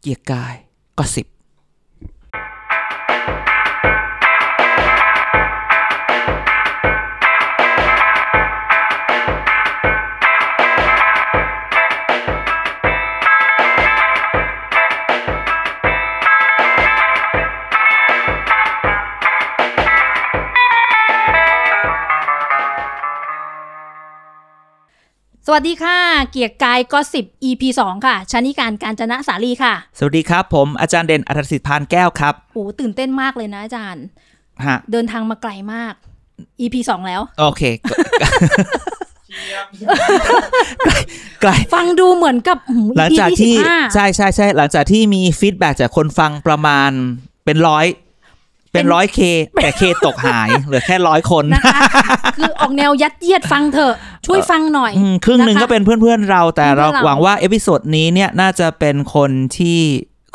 เกียร์กายก็สิบ สวัสดีค่ะ เกียร์กายก็สิบ EP 2 ค่ะชนิการการจนะสาลีค่ะ สวัสดีครับ ผมอาจารย์เด่นอัธสิทธิ์พานแก้วครับ โอ้ตื่นเต้นมากเลยนะอาจารย์ ฮะ เดินทางมาไกลมาก EP 2 แล้ว โอเคก็ ไกล ฟังดูเหมือนกับอื้อ หลัง หือ จาก EP ที่ 25 ใช่ใช่ใช่หลังจากที่มีฟีดแบ็จากคนฟังประมาณเป็นร้อย เป็นร้อยเคแต่เคตกหาย เหลือแค่ร้อยคน นะคะ คือออกแนวยัดเยียดฟังเถอะ ช่วยฟังหน่อย อืมครึ่งหนึ่ง นะคะ ก็เป็นเพื่อนๆเราแต่เรา เพื่อนๆเรา หวังว่าเอพิโซดนี้เนี่ยน่าจะเป็นคนที่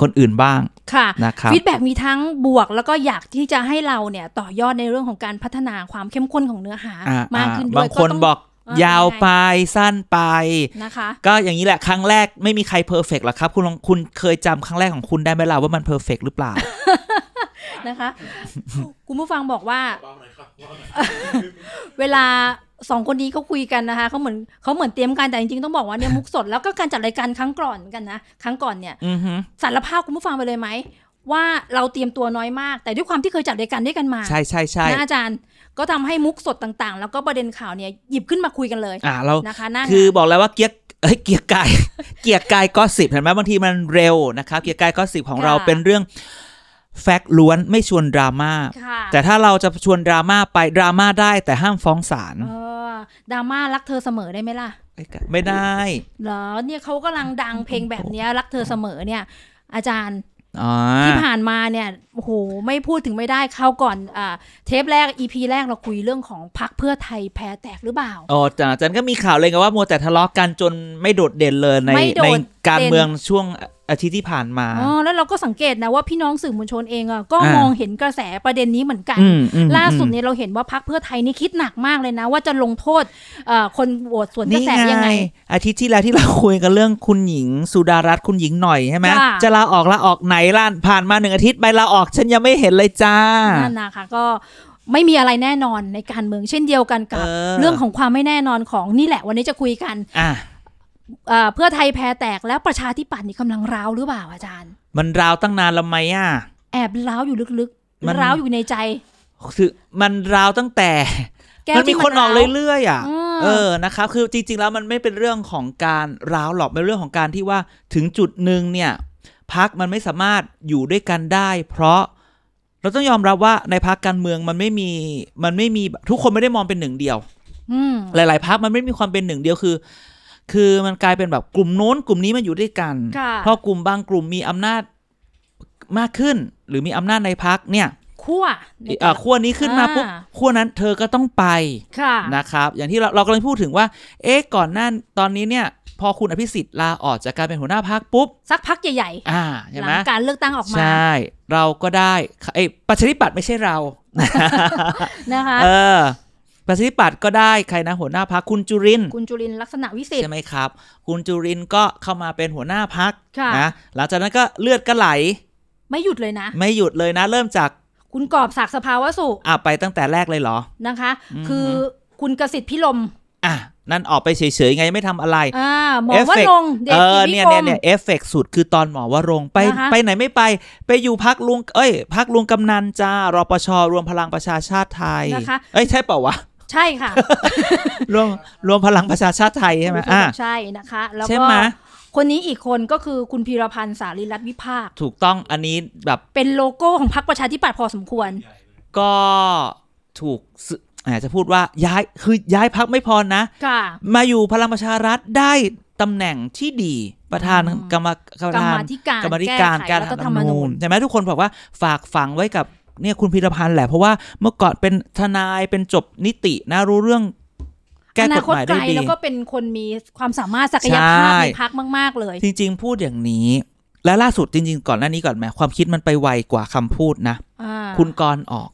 คนอื่นบ้าง ค่ะ นะครับ ฟีดแบ็มีทั้งบวกแล้วก็อยากที่จะให้เราเนี่ยต่อยอดในเรื่องของการพัฒนาความเข้มข้นของเนื้อหา อ่ะ มากขึ้นด้วย บางคน ต้อง บอก เออ ยาวไปสั้นไป นะคะ ก็อย่างนี้แหละครั้งแรกไม่มีใครเพอร์เฟกหรอกครับ คุณลองคุณเคยจำครั้งแรกของคุณได้ไหมล่ะว่ามันเพอร์เฟกหรือเปล่า นะคะคุณผู้ฟังบอกว่า เวลาสองคนนี้เขาคุยกันนะคะเขาเหมือนเขาเหมือนเตรียมการแต่จริงๆต้องบอกว่าเนี่ยมุกสดแล้วก็การจัดรายการครั้งก่อนเหมือนกันนะครั้งก่อนเนี่ย อือฮึ สารภาพคุณผู้ฟังไปเลยไหมว่าเราเตรียมตัวน้อยมาก แต่ด้วยความที่เคยจัดรายการด้วยกันมา ใช่ใช่ใช่ นะอาจารย์ก็ทำให้มุกสดต่างๆ แล้วก็ประเด็นข่าวเนี่ยหยิบขึ้นมาคุยกันเลย อ่าเรา นะคะหน้างาน คือบอกแล้วว่าเกียร์เอ้ยเกียร์กาย เกียร์กายก็สิบเห็นไหมบางทีมันเร็วนะครับเกียร์กายก็สิบของเราเป็นเรื่องแฟกต์ล้วนไม่ชวนดราม่า ค่ะ แต่ถ้าเราจะชวนดราม่าไปดราม่าได้แต่ห้ามฟ้องศาล เออดราม่ารักเธอเสมอได้ไหมล่ะ ไม่ได้ เหรอเนี่ยเขากำลังดังเพลงแบบเนี้ยรักเธอเสมอเนี่ย อาจารย์ อ๋อ ที่ผ่านมาเนี่ยโอ้โหไม่พูดถึงไม่ได้เข้าวก่อนอ่าเทปแรก EP แรกเราคุยเรื่องของพักเพื่อไทยแพ้แตกหรือเปล่า อ๋อแต่อาจารย์ก็มีข่าวเลยไงว่ามัวแต่ทะเลาะกันจนไม่โดดเด่นเลยใน ไม่โดด ใน เด่น การเมืองช่วงอาทิตย์ที่ผ่านมา อ๋อแล้วเราก็สังเกตนะว่าพี่น้องสื่อมวลชนเองอ่ะก็ อ่าม มองเห็นกระแสประเด็นนี้เหมือนกัน อืมอืม ล่าสุด อืม เนี่ยเราเห็นว่าพักเพื่อไทยนี่คิดหนักมากเลยนะ ว่าจะลงโทษเอ่อคนโหวตสวนกระ นี่ แสยังไง อาทิตย์ที่แล้วที่เราคุยกันเรื่องคุณหญิง สุดารัตน์คุณหญิงหน่อยใช่ไหม จ้ะ จะลาออกลาออกไหนล่ะผ่านมาหนึ่งอาทิตย์ไปลาออกฉันยังไม่เห็นเลยจ้า นั่นนะคะก็ไม่มีอะไรแน่นอนในการเมืองเช่นเดียวกันกับ เออ เรื่องของความไม่แน่นอนของนี่แหละวันนี้จะคุยกัน อ่ะ เอ่อเพื่อไทยแพ้แตกแล้วประชาธิปัตย์นี่กำลังร้าวหรือเปล่าอาจารย์ มันราวตั้งนานแล้วไหมอ่ะ แอบร้าวอยู่ลึก มัน ๆ ร้าวอยู่ในใจ คือมันราวตั้งแต่ มันมี ที่ คนออก ร้าว เรื่อยๆอ่ะ อืม เออ นะครับ คือจริงๆ แล้วมันไม่เป็นเรื่องของการร้าวหรอก เป็นเรื่องของการที่ว่าถึงจุดหนึ่งเนี่ยพักมันไม่สามารถอยู่ด้วยกันได้ เพราะเราต้องยอมรับว่าในพักการเมืองมันไม่มี มันไม่มีทุกคนไม่ได้มองเป็นหนึ่งเดียว อืม หลายๆพักมันไม่มีความเป็นหนึ่งเดียวคือ คือมันกลายเป็นแบบกลุ่มโน้นกลุ่มนี้มันอยู่ด้วยกัน ค่ะ เพราะกลุ่มบางกลุ่มมีอำนาจมากขึ้น หรือมีอำนาจในพักเนี่ย คั่วใน อ่ะ แต่ละ ขั้วนี้ขึ้นมาปุ๊บ อ่า ขั้วนั้นเธอก็ต้องไป ค่ะ นะครับอย่างที่เราเรากำลังพูดถึงว่า เอ๊ะก่อนหน้าตอนนี้เนี่ยพอคุณอภิสิทธิ์ลาออกจากการเป็นหัวหน้าพักปุ๊บ สักพักใหญ่ อ่า ๆ ใช่ หลั ไหม งการเลือกตั้งออก ใช มา ่ เราก็ได้เอ้ยประชาธิปัตย์ไม่ใช่เรา นะคะ เออประชาธิปัตย์ก็ได้ใครนะหัวหน้าพักคุณจุรินทร์ คุณจุลินลักษณะวิสิท ใช่ ธิ์ ไหมครับ คุณจุรินทร์ก็เข้ามาเป็นหัวหน้าพัก ค่ะ นะหลังจากนั้นก็เลือดก็ไหล ไม่หยุดเลยนะ ไม่หยุดเลยนะ เริ่มจาก คุณกอบศักดิ์สภาวสุ อ่ะไปตั้งแต่แรกเลยเหรอ นะคะ อืม คือคุณกสิทธิ์พิลม อ่ะนั่นออกไปเฉยๆไงยังไม่ทำอะไร อ่ามองว่า เอฟเฟกต์ ลงค์เด็ก เออ กิจวิ เนี่ย กร เนี่ย ม เนี่ยเอฟเฟกต์สุดคือตอนหมอวรงค์ไป นะคะ ไปไหนไม่ไป ไปอยู่พักลุงเอ้ยพักลุงกำนันจ้ารปชรวมพลังประชาชาติไทย นะคะ เอ้ยใช่เปล่าวะ ใช่ค่ะ รวมรวมพลังประชาชาติไทยใช่ไหมอ่ะ ใช่นะคะ แล้ว ใช่ ก็ ไหม คนนี้อีกคนก็คือคุณพีรพันธ์สารีรัตน์วิภาค ถูกต้องอันนี้แบบ เป็นโลโก้ของพรรคประชาธิปัตย์พอสมควร ก็ถูกสึอาจจะพูดว่าย้ายคือย้ายพักไม่พอนะ ค่ะ มาอยู่พลังประชารัฐได้ตำแหน่งที่ดีประธาน อืม กรรมกรร กร มการมา ธิ ธิการ กรรมธิการ แไข การ รั รั ฐ ฐ ธ ธ ร ร ร ร ม ม นู นู ญ ญใช่ไหมทุกคนบอกว่าฝากฝังไว้กับเนี่ยคุณพีรพันธ์แหละเพราะว่าเมื่อก่อนเป็นทนายเป็นจบนิตินะรู้เรื่อง แก้ อนาก ฎหคตมาย ไก ได้ ล ดี แล้วก็เป็นคนมีความสามารถศักยภาพ ใช่ ในพักมาก ๆ เลย จริง ๆ พูดอย่างนี้ และล่าสุดจริง ๆ ก่อนหน้านี้ก่อนแหมความคิดมันไปไวกว่าคำพูดนะ อ่า คุณกรณ์ออก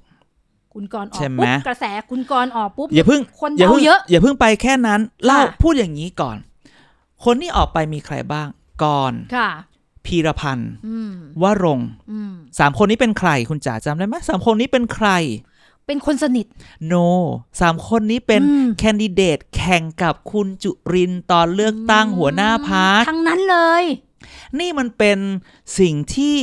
คุณกรณ์ออ ใช่ ก ไหม ปุ๊บกระแสคุณกรณ์ออกปุ๊บ อย่าเพิ่ง คน อย่า เดา เพิ่ง เยอะ อย่าเพิ่งไปแค่นั้นเล่า ค่ะ พูดอย่างนี้ก่อน คนที่ออกไปมีใครบ้างกรณ์ ค่ะ พีรพันธ์ อืม วรงค์ อืม สามคนนี้เป็นใครคุณจ๋าจำได้ไหมสามคนนี้เป็นใคร เป็นคนสนิท โน no. สามคนนี้เป็น อืม แคนดิเดตแข่งกับคุณจุรินทร์ตอนเลือกตั้งหัวหน้าพัก ทั้งนั้นเลย นี่มันเป็นสิ่งที่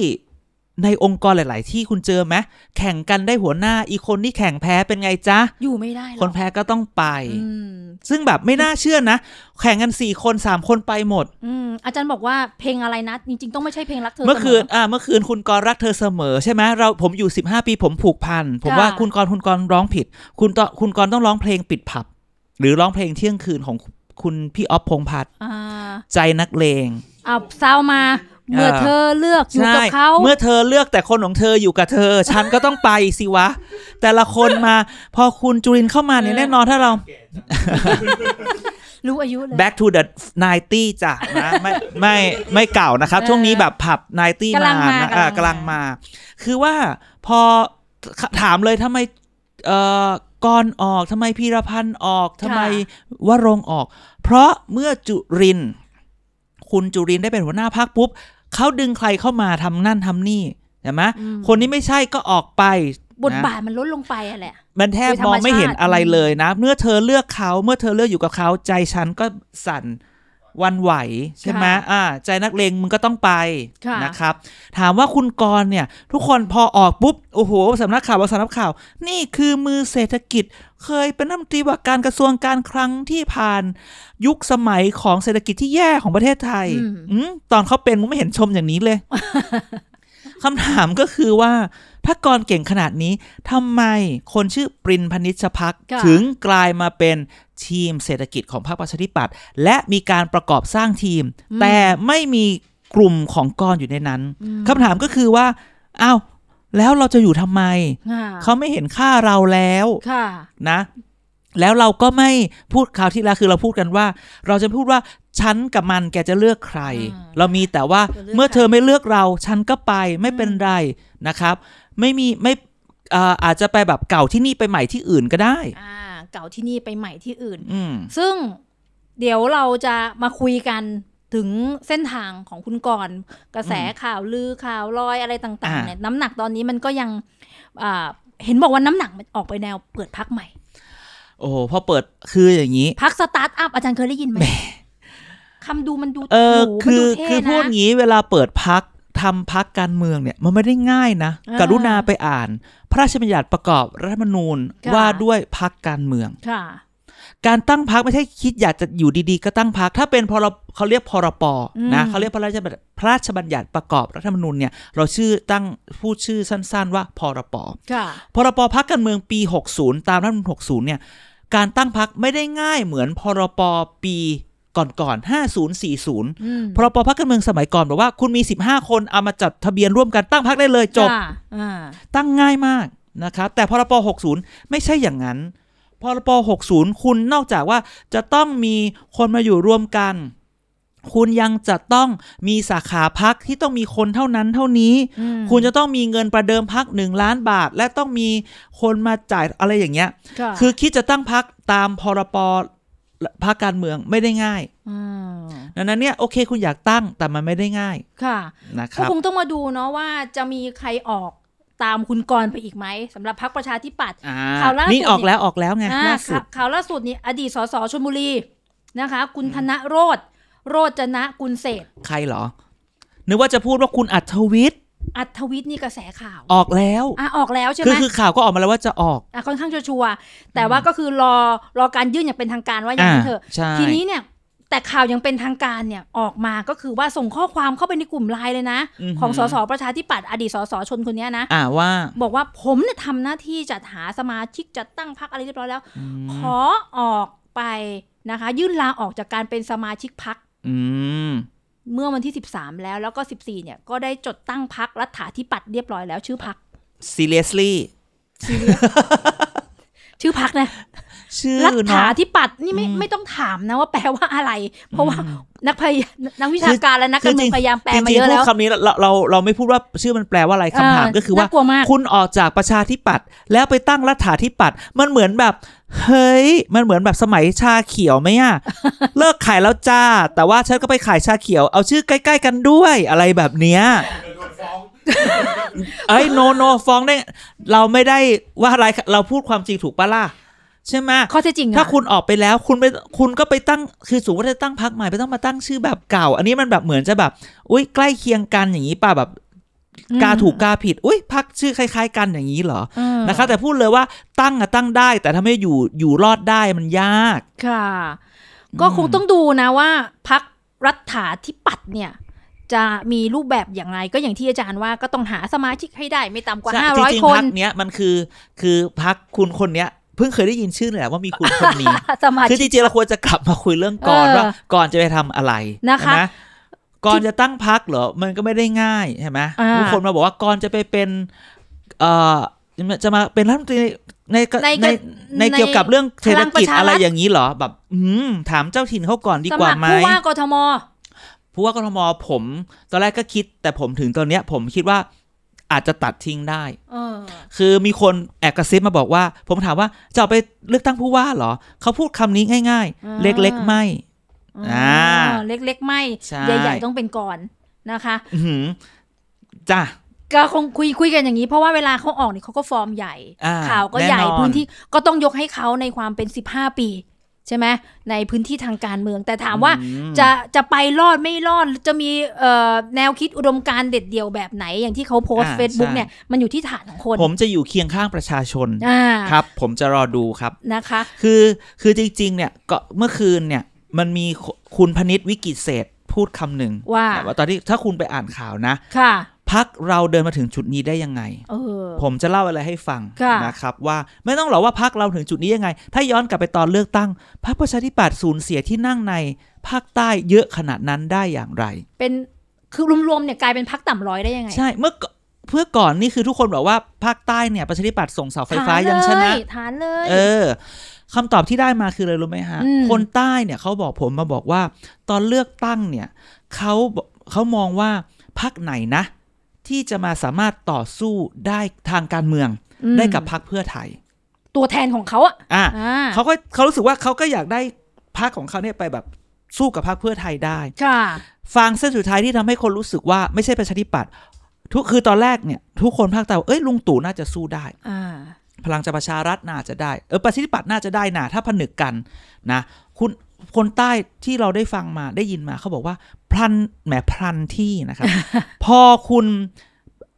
ในองค์กรหลาย ๆ ที่คุณเจอไหมแข่งกันได้หัวหน้าอีกคนที่แข่งแพ้เป็นไงจ๊ะ อยู่ไม่ได้หรอก คนแพ้ก็ต้องไป อืม ซึ่งแบบไม่น่าเชื่อนะ แข่งกันสี่คนสามคนไปหมด อืมอาจารย์บอกว่าเพลงอะไรนะ จริง ๆ ต้องไม่ใช่เพลงรักเธอ เมื่อคืน ส อ่าเมื่อคืนคุณกรณ์รักเธอเสมอใช่ไหมเราผมอยู่ 15 ปีผมผูกพัน ผมว่า ค่ะ คุณกรณ์คุณกรณ์ร้องผิด คุณตคุณกรณ์ต้องร้องเพลงปิดผับ หรือร้องเพลงเที่ยงคืนของคุณพี่ออฟพงษ์พัฒน์ อ่า ใจนักเลง เอาซาวมา เมื่อเธอเลือกอยู่ ใช่ กับเขา เมื่อเธอเลือกแต่คนของเธออยู่กับเธอ ฉันก็ต้องไปสิวะ แต่ละคนมา พอคุณจุรินทร์เข้ามาเนี่ย เออ แน่นอนถ้าเรา รู้อายุเลย back to the 90จ้ะนะ ไม่ไม่ไม่เก่านะครับ เออ ช่วงนี้แบบผับ 90 กำลั มาง นะ มากำลัง อ่ากำลัง มา มา คือว่าพอถามเลยทำไมเอ่อก่อนออกทำไมพีรพันธ์ออกทำไมวรงค์ออก เพราะเมื่อจุรินทร์คุณจุรินทร์ได้เป็นหัวหน้าพักปุ๊บเขาดึงใครเข้ามาทำนั่นทำนี่ใช่ไหม อืม คนนี้ไม่ใช่ก็ออกไป บท นะ บาทมันลดลงไปอะแหละ มันแทบ โดยธมรรม องไม่เห็น ชาติ อะไรเลยนะ เมื่อเธอเลือกเขา เมื่อเธอเลือกอยู่กับเขา ใจฉันก็สั่นหวันไหวใช่ไหมอ่า ใจนักเลงมึงก็ต้องไป ค่ะ นะครับ ถามว่าคุณกรณ์เนี่ย ทุกคนพอออกปุ๊บ โอ้โหสำนักข่าวว่าสำนักข่าว นี่คือมือเศรษฐกิจ เคยเป็นรัฐมนตรีว่าการกระทรวงการคลังที่ผ่าน ยุคสมัยของเศรษฐกิจที่แย่ของประเทศไทย อืม อืมตอนเขาเป็นมึงไม่เห็นชมอย่างนี้ เลย คำถามก็คือว่า ถ้ากรเก่งขนาดนี้ทำไมคนชื่อปรินพนิชพัก ค่ะ ถึงกลายมาเป็นทีมเศรษฐกิจของพรรคประชาธิปัตย์และมีการประกอบสร้างทีม แต่ไม่มีกลุ่มของกรอยู่ในนั้นคำถามก็คือว่าอ้าวแล้วเราจะอยู่ทำไม อ่า เขาไม่เห็นค่าเราแล้ว ค่ะ นะ แล้วเราก็ไม่พูดคราวที่แล้วคือเราพูดกันว่า เราจะพูดว่าฉันกับมันแกจะเลือกใคร อ่า เรามีแต่ว่า จะเลือก เมื่อ ใคร เธอไม่เลือกเรา ฉันก็ไปไม่เป็นไรนะครับ ไม่มีไม่อ่าอาจจะไปแบบเก่าที่นี่ไปใหม่ที่อื่นก็ได้ อ่า เก่าที่นี่ไปใหม่ที่อื่น อืม ซึ่งเดี๋ยวเราจะมาคุยกันถึงเส้นทางของคุณกรณ์กระแสข่าวลือข่าวลอยอะไรต่างๆ อ่า เนี่ยน้ำหนักตอนนี้มันก็ยังอ่าเห็นบอกว่าน้ำหนักมันออกไปแนวเปิดพักใหม่ โอ้โหพอเปิดคืออย่างนี้ พักสตาร์ทอัพอาจารย์เคยได้ยินไหมคำดูมันดู เออ หรูมัน คือ ดูเท่ คือ นะ พูดงี้เวลาเปิดพักทำพักการเมืองเนี่ยมันไม่ได้ง่ายนะ อ่าก รุณาไปอ่าน พระราชบัญญัติประกอบรัฐธรรมนูญ ค่ะ ว่าด้วยพักการเมือง ค่ะ การตั้งพักไม่ใช่คิดอยากจะอยู่ดีๆ ก็ตั้งพักถ้าเป็นพรเขาเรียกพรปนะ อืม เขาเรียกพระราชบัญญัติพระราชบัญญัติประกอบรัฐธรรมนูญเนี่ยเราชื่อตั้งพูดชื่อสั้นๆ ว่าพรป ค่ะ พรปพักการเมืองปี 60 ตามรัฐธรรมนูญ60เนี่ยการตั้งพักไม่ได้ง่ายเหมือนพรปปีก่อนๆ5040 อืม พรปพักการเมืองสมัยก่อนบอกว่าคุณมี 15 คนเอามาจัดทะเบียนร่วมกันตั้งพักได้เลยจบ ค่ะอ่า ตั้งง่ายมากนะครับแต่พรป60 ไม่ใช่อย่างนั้นพรป60 คุณนอกจากว่าจะต้องมีคนมาอยู่รวมกัน คุณยังจะต้องมีสาขาพักที่ต้องมีคนเท่านั้นเท่านี้ อืม คุณจะต้องมีเงินประเดิมพักหนึ่งล้านบาท และต้องมีคนมาจ่ายอะไรอย่างเงี้ย ค่ะ คือคิดจะตั้งพักตามพรปพักการเมืองไม่ได้ง่าย ม ดังนั้นเนี่ยโอเคคุณอยากตั้งแต่มันไม่ได้ง่าย ค่ะ นะค ก็ รับ คงต้องมาดูเนาะว่าจะมีใครออกตามคุณกรณ์ไปอีกไหมสำหรับพรรคประชาธิปัตย์ อ่า ข่าวล่าสุด นี่ออกแล้วออกแล้วไง อ่า ล่าสุด ข่าวล่าสุดนี่อดีตสสชลบุรีนะคะ คุณธนโรธโรจนะกุลเศรษฐ์ ใครเหรอ นึกว่าจะพูดว่าคุณอัธวิทย์ อัธวิทย์นี่กระแสข่าว ออกแล้ว อ่ะออกแล้วใช่ คื ไหม คือข่าวก็ออกมาแล้วว่าจะออก อ่ะค่อนข้างชัวร์ๆแต่ว่าก็คือรอรอการยื่นอย่างเป็นทางการว่าอย่าง อ่า นั้นเถอะ ใช่ ทีนี้เนี่ยแต่ข่าวยังเป็นทางการเนี่ยออกมาก็คือว่าส่งข้อความเข้าไปในกลุ่มไลน์เลยนะ ของสสประชาธิปัตย์อดีตสสชนคนเนี้ยนะ อ่าว่า บอกว่าผมเนี่ยทำหน้าที่จัดหาสมาชิกจัดตั้งพรรคอะไรเรียบร้อยแล้ว ม ขอออกไปนะคะ ยื่นลาออกจากการเป็นสมาชิกพรรค อืม เมื่อวันที่ 13 แล้วแล้วก็ 14 เนี่ย ก็ได้จดตั้งพรรครัฐาธิปัตย์เรียบร้อยแล้วชื่อพรรค ซีเรียสลี่ ชื่อพรรคนะ ชื่อ รัฐ เนาะ ถาที่ปัดนี่ไม่ อืม ไม่ต้องถามนะว่าแปลว่าอะไร เพราะว่า อืม นักพยานักวิชาการและนักการเมือ คื ง อ พยายามแปล จ มา ริง เยๆอะพูด แล้ว คำนี้เราเราเราไม่พูดว่าชื่อมันแปลว่าอะไรคำถามก็คือว่า น่กลัวมาก คุณออกจากประชาธิปัตย์แล้วไปตั้งรัฐาธิปัตย์มันเหมือนแบบ เฮ้ย มันเหมือนแบบสมัยชาเขียวไหมอะ เลิกขายแล้วจ้า แต่ว่าฉันก็ไปขายชาเขียวเอาชื่อใกล้ ๆ กันด้วยอะไรแบบเนี้ยเอ้ยโนโนฟ้องได้ เราไม่ได้ว่าอะไรเราพูดความจริงถูกปะล่ะใช่ไหมย ข้อเท็จจริง ถ้า อะ คุณออกไปแล้วคุณไปคุณก็ไปตั้งคือสูงว่าจะตั้งพักใหม่ไปต้องมาตั้งชื่อแบบเก่า อันนี้มันแบบเหมือนจะแบบอุ้ยใกล้เคียงกันอย่างนี้ป่ะแบบ อืม กาถูกกาผิด อุ้ยพักชื่อคล้าย ๆ กันอย่างนี้เหรอ อืม นะคะ แต่พูดเลยว่าตั้งอะตั้งได้ แต่ถ้าไม่อยู่อยู่รอดได้มันยาก ค่ะ ก็คงต้องดูนะว่าพักรัฐาธิปัตย์เนี่ย จะมีรูปแบบอย่างไร ก็อย่างที่อาจารย์ว่าก็ต้องหาสมาชิกให้ได้ไม่ต่ำกว่า ใช่จ 500 ง ค ๆพั น เนี้ยมันคือคือพักคุณคนเนี้ยเพิ่งเคยได้ยินชื่อเลยแหละว่ามีคุณคนนี้ สมา คือจ ชิก ริงๆเราควรจะกลับมาคุยเรื่องก่อน เออ ว่าก่อนจะไปทำอะไร นะคะ เห็ไหมก่อนจะตั้งพักเหรอมันก็ไม่ได้ง่ายใช่ไหม อ่า ทุกคนมาบอกว่าก่อนจะไปเป็นเอ่อจะมาเป็นรัฐมนตรีในในในในเกี่ยวกับเรื่องเศรษฐกิจอะไรอย่างนี้เหรอแบบ อืมถามเจ้าถิ่นเขาก่อนดี ส กว่า มัคร ไหม ผู้ว่ากทม ผู้ว่ากทมผม ตอนแรกก็คิด แต่ผมถึงตอนเนี้ย ผมคิดว่าอาจจะตัดทิ้งได้ เออ คือมีคนแอบกระซิบมาบอกว่า ผมถามว่าจะเอาไปเลือกตั้งผู้ว่าเหรอ เขาพูดคำนี้ง่าย อ่า ๆ เล็กๆ ไม่ อ อ่า เล็กๆ ไม่ ใช่ ใหญ่ๆ ต้องเป็นก่อนนะคะ อื้อหือจ้ะ ก็คงคุยคุยกันอย่างนี้ เพราะว่าเวลาเขาออกเนี่ยเขาก็ฟอร์มใหญ่ อ่า ข่าวก็ใหญ่ แน่นอน พื้นที่ก็ต้องยกให้เขาในความเป็น 15 ปี ใช่ไหมในพื้นที่ทางการเมือง แต่ถามว่า อืม จะจะไปรอดไม่รอดจะมีเอ่อแนวคิดอุดมการณ์เด็ดเดี่ยวแบบไหน อย่างที่เขาโพสต์ อ่า เฟซบุ๊ก ใช่ เนี่ย มันอยู่ที่ฐานของคน ผมจะอยู่เคียงข้างประชาชน อ่า ครับ ผมจะรอดูครับ นะคะ คือคือจริง ๆ เนี่ยก็เมื่อคืนเนี่ย มันมีคุคุณพนิษฐ์วิกิตเศษพูดคำหนึ่ง ว่า ตอนที่ถ้าคุณไปอ่านข่าวนะ ค่ะ พักเราเดินมาถึงจุดนี้ได้ยังไง เออ ผมจะเล่าอะไรให้ฟัง ค่ะ นะครับว่าไม่ต้องหรอกว่าพักเราถึงจุดนี้ยังไง ถ้าย้อนกลับไปตอนเลือกตั้งพักประชาธิปัตย์สูญเสียที่นั่งในภาคใต้เยอะขนาดนั้นได้อย่างไร เป็นคือรวมๆเนี่ยกลายเป็นพักต่ำร้อยได้ยังไง ใช่เมื่อก่อนเพื่อก่อนนี่คือทุกคนบอกว่าภาคใต้เนี่ยประชาธิปัตย์ส่งเสาไฟฟ้า ฐน ยังชนะ เลยฐานเลย เออคำตอบที่ได้มาคืออะไรรู้ไหมฮะ อืม คนใต้เนี่ยเขาบอกผมมาบอกว่า ตอนเลือกตั้งเนี่ยเขาบอกเขามองว่าพักไหนนะ ที่จะมาสามารถต่อสู้ได้ทางการเมือง ม ได้กับพักเพื่อไทย ตัวแทนของเขาอะ อ่ะ อ่า เขาก็เขารู้สึกว่าเขาก็อยากได้พักของเขาเนี่ยไปแบบสู้กับพักเพื่อไทยได้ ค่ะ ฟางเส้นสุดท้ายที่ทำให้คนรู้สึกว่าไม่ใช่ประชาธิปัตย์ทุกคือตอนแรกเนี่ย ทุกคนภาคใต้บอกเอ้ยลุงตู่น่าจะสู้ได้ อ่า พลังจะประชารัฐน่าจะได้เออประชาธิปัตย์น่าจะได้นะถ้าผนึกกันนะคุณคนใต้ที่เราได้ฟังมาได้ยินมาเขาบอกว่าพลันแหมพลันที่นะครับ พอคุณ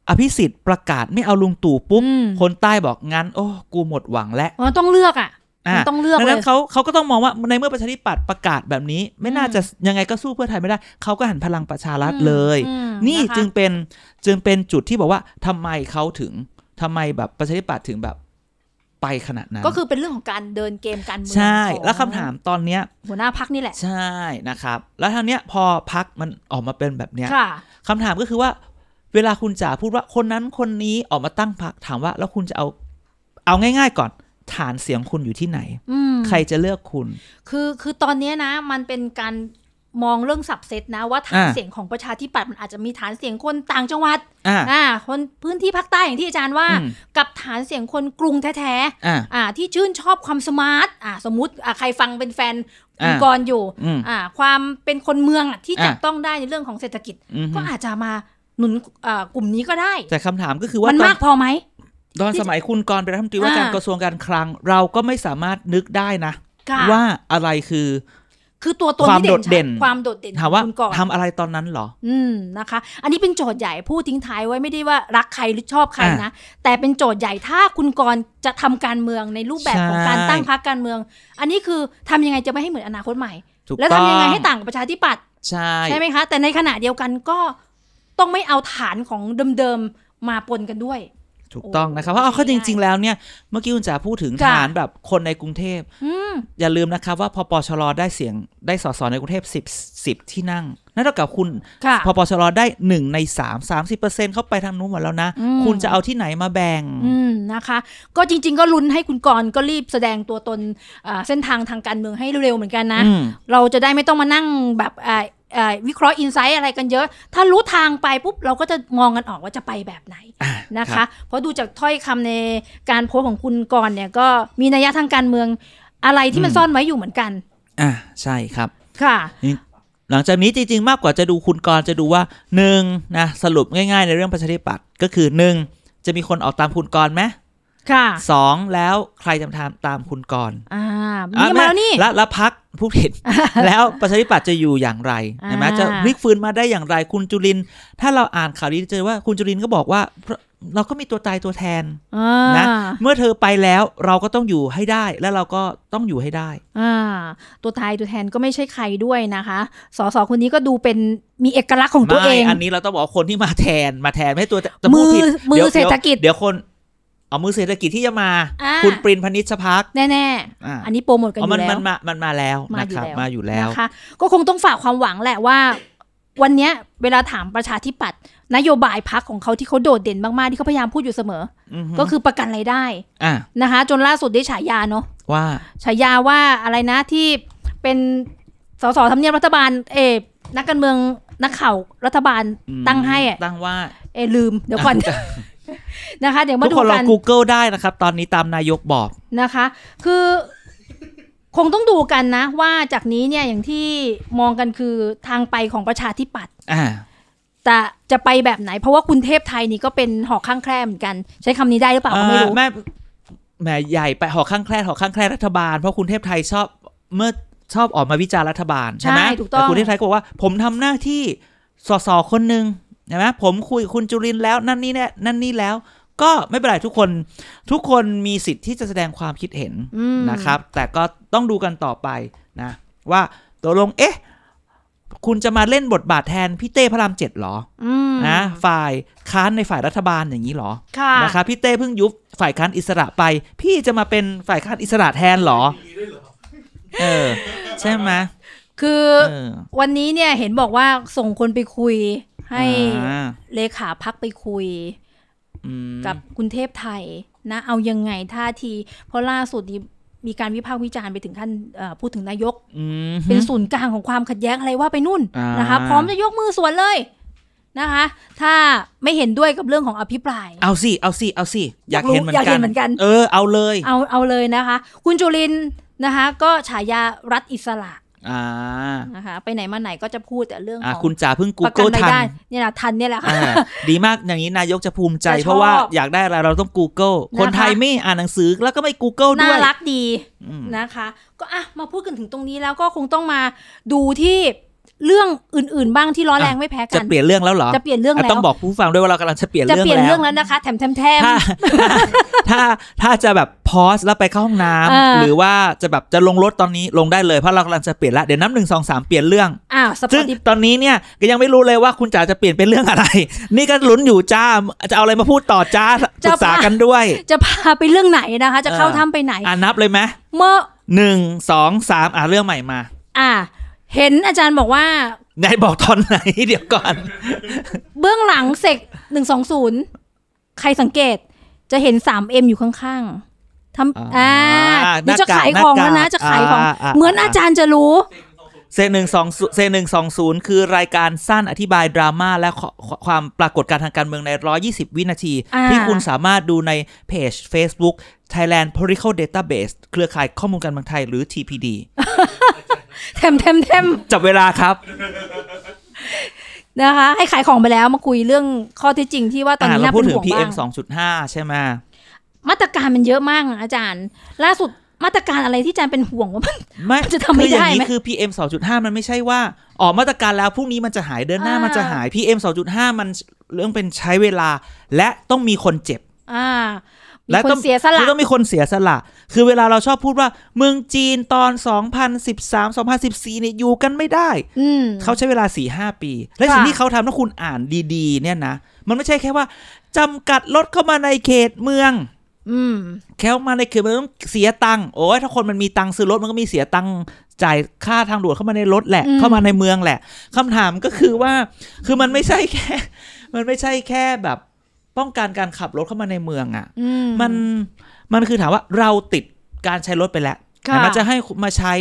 อภิสิทธิ์ประกาศไม่เอาลุงตู่ปุ๊บ อืม คนใต้บอกงั้น โอ้กูหมดหวังแล้ว มันต้องเลือกอะ อ่ะ มันต้องเลือก ดัง เล นั้น ย เขาเขาก็ต้องมองว่าในเมื่อประชาธิปัตย์ประกาศแบบนี้ ไม่น่าจะยังไงก็สู้เพื่อไทยไม่ได้ เขาก็หันพลังประชารัฐเลย อืม นี่ นะคะ จึงเป็นจึงเป็นจุดที่บอกว่าทำไมเขาถึงทำไมแบบประชาธิปัตย์ถึงแบบไปขนาดนั้น ก็คือเป็นเรื่องของการเดินเกมการเมือง ใช่ ของ แล้วคำถามตอนเนี้ย หัวหน้าพักนี่แหละ ใช่นะครับ แล้วทางเนี้ยพอพักมันออกมาเป็นแบบเนี้ย ค่ะ คำถามก็คือว่า เวลาคุณจ๋าพูดว่าคนนั้นคนนี้ออกมาตั้งพักถามว่า แล้วคุณจะเอาเอาง่าย ๆ ก่อนฐานเสียงคุณอยู่ที่ไหน อืม ใครจะเลือกคุณ คือคือตอนเนี้ยนะมันเป็นการมองเรื่องสับเซตนะว่าฐาน อ่า เสียงของประชาธิปัตย์มันอาจจะมีฐานเสียงคนต่างจังหวัด อ่า อ่าคนพื้นที่ภาคใต้อย่างที่อาจารย์ว่า อืม กับฐานเสียงคนกรุงแท้ อ่า ๆอ่าที่ชื่นชอบความสมาร์ทอ่าสมมติอ่าใครฟังเป็นแฟนคุณ อ่าก รณ์อยู่ อืม อ่าความเป็นคนเมืองอะที่ อ่า จับต้องได้ในเรื่องของเศรษฐกิจ อืม ก็อาจจะมาหนุนอ่ากลุ่มนี้ก็ได้ แต่คำถามก็คือว่า มัน ตอ มาน กพอไหม ตอนสมัยคุณกรณ์เป็นรัฐมนตรีว่า อ่า การกระทรวงการคลัง เราก็ไม่สามารถนึกได้นะ ค่ะ ว่าอะไรคือ คือตัวตน ความ ที่ โดดเด่น ชัความโดดเด่น ถามว่า ของคุณกรณ์ ทำอะไรตอนนั้นเหรอ อืมนะคะ อันนี้เป็นโจทย์ใหญ่พูดทิ้งท้ายไว้ไม่ได้ว่ารักใครหรือชอบใครนะ แต่เป็นโจทย์ใหญ่ถ้าคุณกรณ์จะทำการเมืองในรูปแบบ ใช่ ของการตั้งพรรคการเมือง อันนี้คือทำยังไงจะไม่ให้เหมือนอนาคตใหม่ ถูก แล้ว ต้อ ทำ ง ยังไงให้ต่างกับประชาธิปัตย์ ใช่ ใช่ไหมคะ แต่ในขณะเดียวกันก็ต้องไม่เอาฐานของเดิมๆมาปนกันด้วย ถูกต้องนะครับเพราะเอาเข้าจริง ๆ แล้วเนี่ยเมื่อกี้คุณจ๋าพูดถึง ค่ะ ฐานแบบคนในกรุงเทพ อืม อย่าลืมนะครับว่าพอปชรได้เสียงได้สสในกรุงเทพ10 10 ที่นั่ง นั่นเท่ากับคุณ ค่ะ พอปชรได้ 1 ใน 3 30เปอร์เซ็นต์เข้าไปทางนู้นหมดแล้วนะ อืม คุณจะเอาที่ไหนมาแบ่ง อืมนะคะ ก็จริง ๆ ก็ลุ้นให้คุณกรณ์ก็รีบแสดงตัวตนอ่าเส้นทางทางการเมืองให้เร็วๆเหมือนกันนะ อืม เราจะได้ไม่ต้องมานั่งแบบอ่าอ่าวิเคราะห์อินไซต์อะไรกันเยอะ ถ้ารู้ทางไปปุ๊บ เราก็จะมองกันออกว่าจะไปแบบไหนนะ ครั คะ บ เพราะดูจากถ้อยคำในการโพสต์ของคุณกรณ์เนี่ยก็มีนัยยะทางการเมืองอะไรที่มันซ่อนไว้อยู่เหมือนกัน อ่ะใช่ครับ ค่ะ หลังจากนี้จริง ๆ มากกว่าจะดูคุณกรณ์จะดูว่าหนึ่งนะสรุปง่าย ๆ ในเรื่องประชาธิปัตย์ก็คือหนึ่งจะมีคนออกตามคุณกรณ์ไหม ค่ะ สองแล้วใครจะทำตามคุณกรณ์ อ่า อ่ะ มีมาแล้วนี่ และและพักผู้ ผิด แล้วประชาธิปัตย์จะอยู่อย่างไร อ่า ใช่ไหมจะพลิกฟื้นมาได้อย่างไรคุณจุลินทร์ถ้าเราอ่านข่าวนี้จะเจอว่าคุณจุลินทร์ก็บอกว่าเราก็มีตัวตายตัวแทน อ่า นะ เมื่อเธอไปแล้วเราก็ต้องอยู่ให้ได้และเราก็ต้องอยู่ให้ได้ อ่าตัวตายตัวแทนก็ไม่ใช่ใครด้วยนะคะสสคนนี้ก็ดูเป็นมีเอกลักษณ์ของตัวเอง ไม่อันนี้เราต้องบอกว่าคนที่มาแทนมาแทนไม่ให้ตัวแต่แต่พูมือ ดผิด มือ ดี๋ยว เศรษฐกิจ เดี๋ยวคนเอามือเศรษฐกิจที่จะมา อ่า คุณปรินพนิชพัก แน่ อ่า ๆ อันนี้โปรโมทกันอ อ๋อยู่ มัน แล้ว มันมามันมาแล้ว มา นะ อยู่ ครับ แล้ว มาอยู่แล้ว นะคะก็คงต้องฝากความหวังแหละว่า วันเนี้ยเวลาถามประชาธิปัตย์นโยบายพักของเขาที่เขาโดดเด่นมากๆ ที่เขาพยายามพูดอยู่เสมอ อือฮึ ก็คือประกันรายได้ อ่ะ นะคะ จนล่าสุดได้ฉายาเนาะ ว่า ฉายาว่าอะไรนะที่เป็นสสทำเนียบรัฐบาลเออนักการเมืองนักข่าวรัฐบาล อืม ตั้งให้อะ ตั้งว่า เออลืมเดี๋ยวก่อน นะคะเดี๋ยวมา ทุก ดู คนล กั อง น Google ได้นะครับ ตอนนี้ตามนายกบอก นะคะ คือคงต้องดูกันนะ ว่าจากนี้เนี่ยอย่างที่มองกันคือทางไปของประชาธิปัตย์ อ่า แต่จะไปแบบไหน เพราะว่าคุณเทพไทยนี่ก็เป็นหอกข้างแคร่เหมือนกัน ใช้คำนี้ได้หรือเปล่าก็ไม่รู้ อ่าแม่แหม่ใหญ่ไปหอข้างแคร่หอข้างแคร่รัฐบาล เพราะคุณเทพไทยชอบเมื่อชอบออกมาวิจารณ์รัฐบาลใช่ไหม ใช่ถูกต้อง แคุณเทพไทยก็บอกว่า ผมทำหน้าที่สสคนหนึ่งใช่ไหมผมคุยกับคุณจุรินทร์แล้วนั่นนี่แน่นั่นนี่แล้ว ก็ไม่เป็นไรทุกคน ทุกคนมีสิทธิ์ที่จะแสดงความคิดเห็น อืม นะครับ แต่ก็ต้องดูกันต่อไปนะ ว่าตกลงเอ๊ะ คุณจะมาเล่นบทบาทแทนพี่เต้พระรามเจ็ดเหรอ อืม นะฝ่ายค้านในฝ่ายรัฐบาลอย่างนี้เหรอ ค่ะ นะครับพี่เต้เพิ่งยุบฝ่ายค้านอิสระไป พี่จะมาเป็นฝ่ายค้านอิสระแทนเหรอ เออ ใช่ไหม คือ เอ อ อ วันนี้เนี่ยเห็นบอกว่าส่งคนไปคุยให้ อ่า เลขาพักไปคุย อืม กับคุณเทพไทยนะเอายังไงท่าที เพราะล่าสุดนี่มีการวิพากษ์วิจารณ์ไปถึงขั้นเอ่อพูดถึงนายก อืม เป็นศูนย์กลางของความขัดแย้งอะไรว่าไปนู่น อ่าน นะคะ พร้อมจะยกมือสวนเลยนะคะ ถ้าไม่เห็นด้วยกับเรื่องของอภิปราย เอาสิ เอาสิ เอาสิ อยาก อยากรู้ เห็นเหมือน อยาก กันเห็นเหมือนกัน เออ เอาเลย เอาเอาเลยนะคะ คุณจุลินทร์นะคะ ก็ฉายารัฐอิสระ อ่า นะคะ ไปไหนมาไหนก็จะพูดแต่เรื่องข อ่า อง คุณจ๋าเพิ่ง ประกัน Google รา ทั ย น ได้เนี่ยนะทันเนี่ยแหละค่ะ อ่าดีมากอย่างนี้นายกจะภูมิใจ จะชอบ เพราะว่าอยากได้อะไรเราต้อง Google คน นะคะ ไทยไม่อ่านหนังสือแล้วก็ไม่ Google ด้ น่า วย รักดี อืม นะคะ ก็อ่ะมาพูดกันถึงตรงนี้แล้วก็คงต้องมาดูที่เรื่องอื่นๆ บ้างที่ร้อนแรงไม่แพ้กั จะ น เปลี่ยนเรื่องแล้วเหรอ จะเปลี่ยนเรื่อง อ่ะ แล้ ต้อง ว บอกผู้ฟังด้วยว่าเรากำลังจะเปลี่ยน จะ เรื่อง เปลี่ยน แล้ว เรื่องแล้วนะคะ แถมแถมแถม ถ้า ถ้าถ้าจะแบบพอสแล้วไปเข้าห้องน้ำ เออ หรือว่าจะแบบจะลงรถตอนนี้ลงได้เลยเพราะเรากำลังจะเปลี่ยนละเดี๋ยวน้ำหนึ่งสองสามเปลี่ยนเรื่อง อ้าวสป ซึ่ อง ติ ตอนนี้เนี่ยก็ยังไม่รู้เลยว่าคุณจ๋าจะเปลี่ยนเป็นเรื่องอะไร นี่ก็ลุ้นอยู่จ้าจะเอาอะไรมาพูดต่อ จ้าป จะ รึกษากันด้วย จะพาไปเรื่องไหนนะคะ จะเข้า เออ ถ้ำไปไหน อ่านับเลยไหม เมื่อ หนึ่งสองสามอ่าเรื่องใหม่มา อ่า เห็นอาจารย์บอกว่า ไหนายบอกตอนไหน เดี๋ยวก่อน เบื้องหลังเสกหนึ่งสองศูนย์ใครสังเกต จะเห็นสามเอ็มอยู่ข้างๆทำ อ่า อ่า ห เดี๋ น้า ยวจะ กาก ขายของแล้ว หน้า นะ กาก จะขายของ อ่าอ่า เหมือนอาจารย์จะรู้ เซหนึ่งสองเซหนึ่งสองศูนย์คือรายการสั้นอธิบายดราม่าและขขความปรากฏการณ์ทางการเมืองใน 120 วินาที อ่า ที่คุณสามารถดูในเพจ Facebook Thailand Political Database เครือข่ายข้อมูลการเมืองไทยหรือ TPD แทมแทมแทม จับเวลาครับ นะคะ ให้ขายของไปแล้วมาคุยเรื่องข้อเท็จจริงที่ว่าตอน อ่า นี้ เรา น่า พู เป็ ด น ถึง ห่วง PM บ้าง 2.5 ใช่ไหม มาตรการมันเยอะมากอะอาจารย์ ล่าสุดมาตรการอะไรที่อาจารย์เป็นห่วงว่ามัน ไม่ จะทำไม่ คืออย่างได้ไหม นี้คือ PM 2.5 มันไม่ใช่ว่าออกมาตรการแล้วพรุ่งนี้มันจะหายเดือนหน้า อ่ามั มันจะหาย PM 2.5 มันเรื่องเป็นใช้เวลา และต้องมีคนเจ็บ อ่า มีคนเสียสละ แล้วต้องมีคนเสียสละ คือเวลาเราชอบพูดว่า เมืองจีนตอน 2013 2014เนี่ยอยู่กันไม่ได้ อืม เขาใช้เวลา4ี่หปี และ ค่ะ สิ่งที่เขาทำถ้าคุณอ่านดีๆ เนี่ยนะ มันไม่ใช่แค่ว่าจำกัดรถเข้ามาในเขตเมือง อืม แค่มาในเขตมันต้องเสียตังค์โอ้ยถ้าคนมันมีตังค์ซื้อรถมันก็มีเสียตังค์จ่ายค่าทางด่วนเข้ามาในรถแหละ อืม เข้ามาในเมืองแหละคำถามก็คือว่า คือมันไม่ใช่แค่ มันไม่ใช่แค่แบบป้องกันการขับรถเข้ามาในเมืองอ่ะ อืม มันมันคือถามว่าเราติดการใช้รถไปแล้ว ค่ะ แต่มันจะให้มาใช้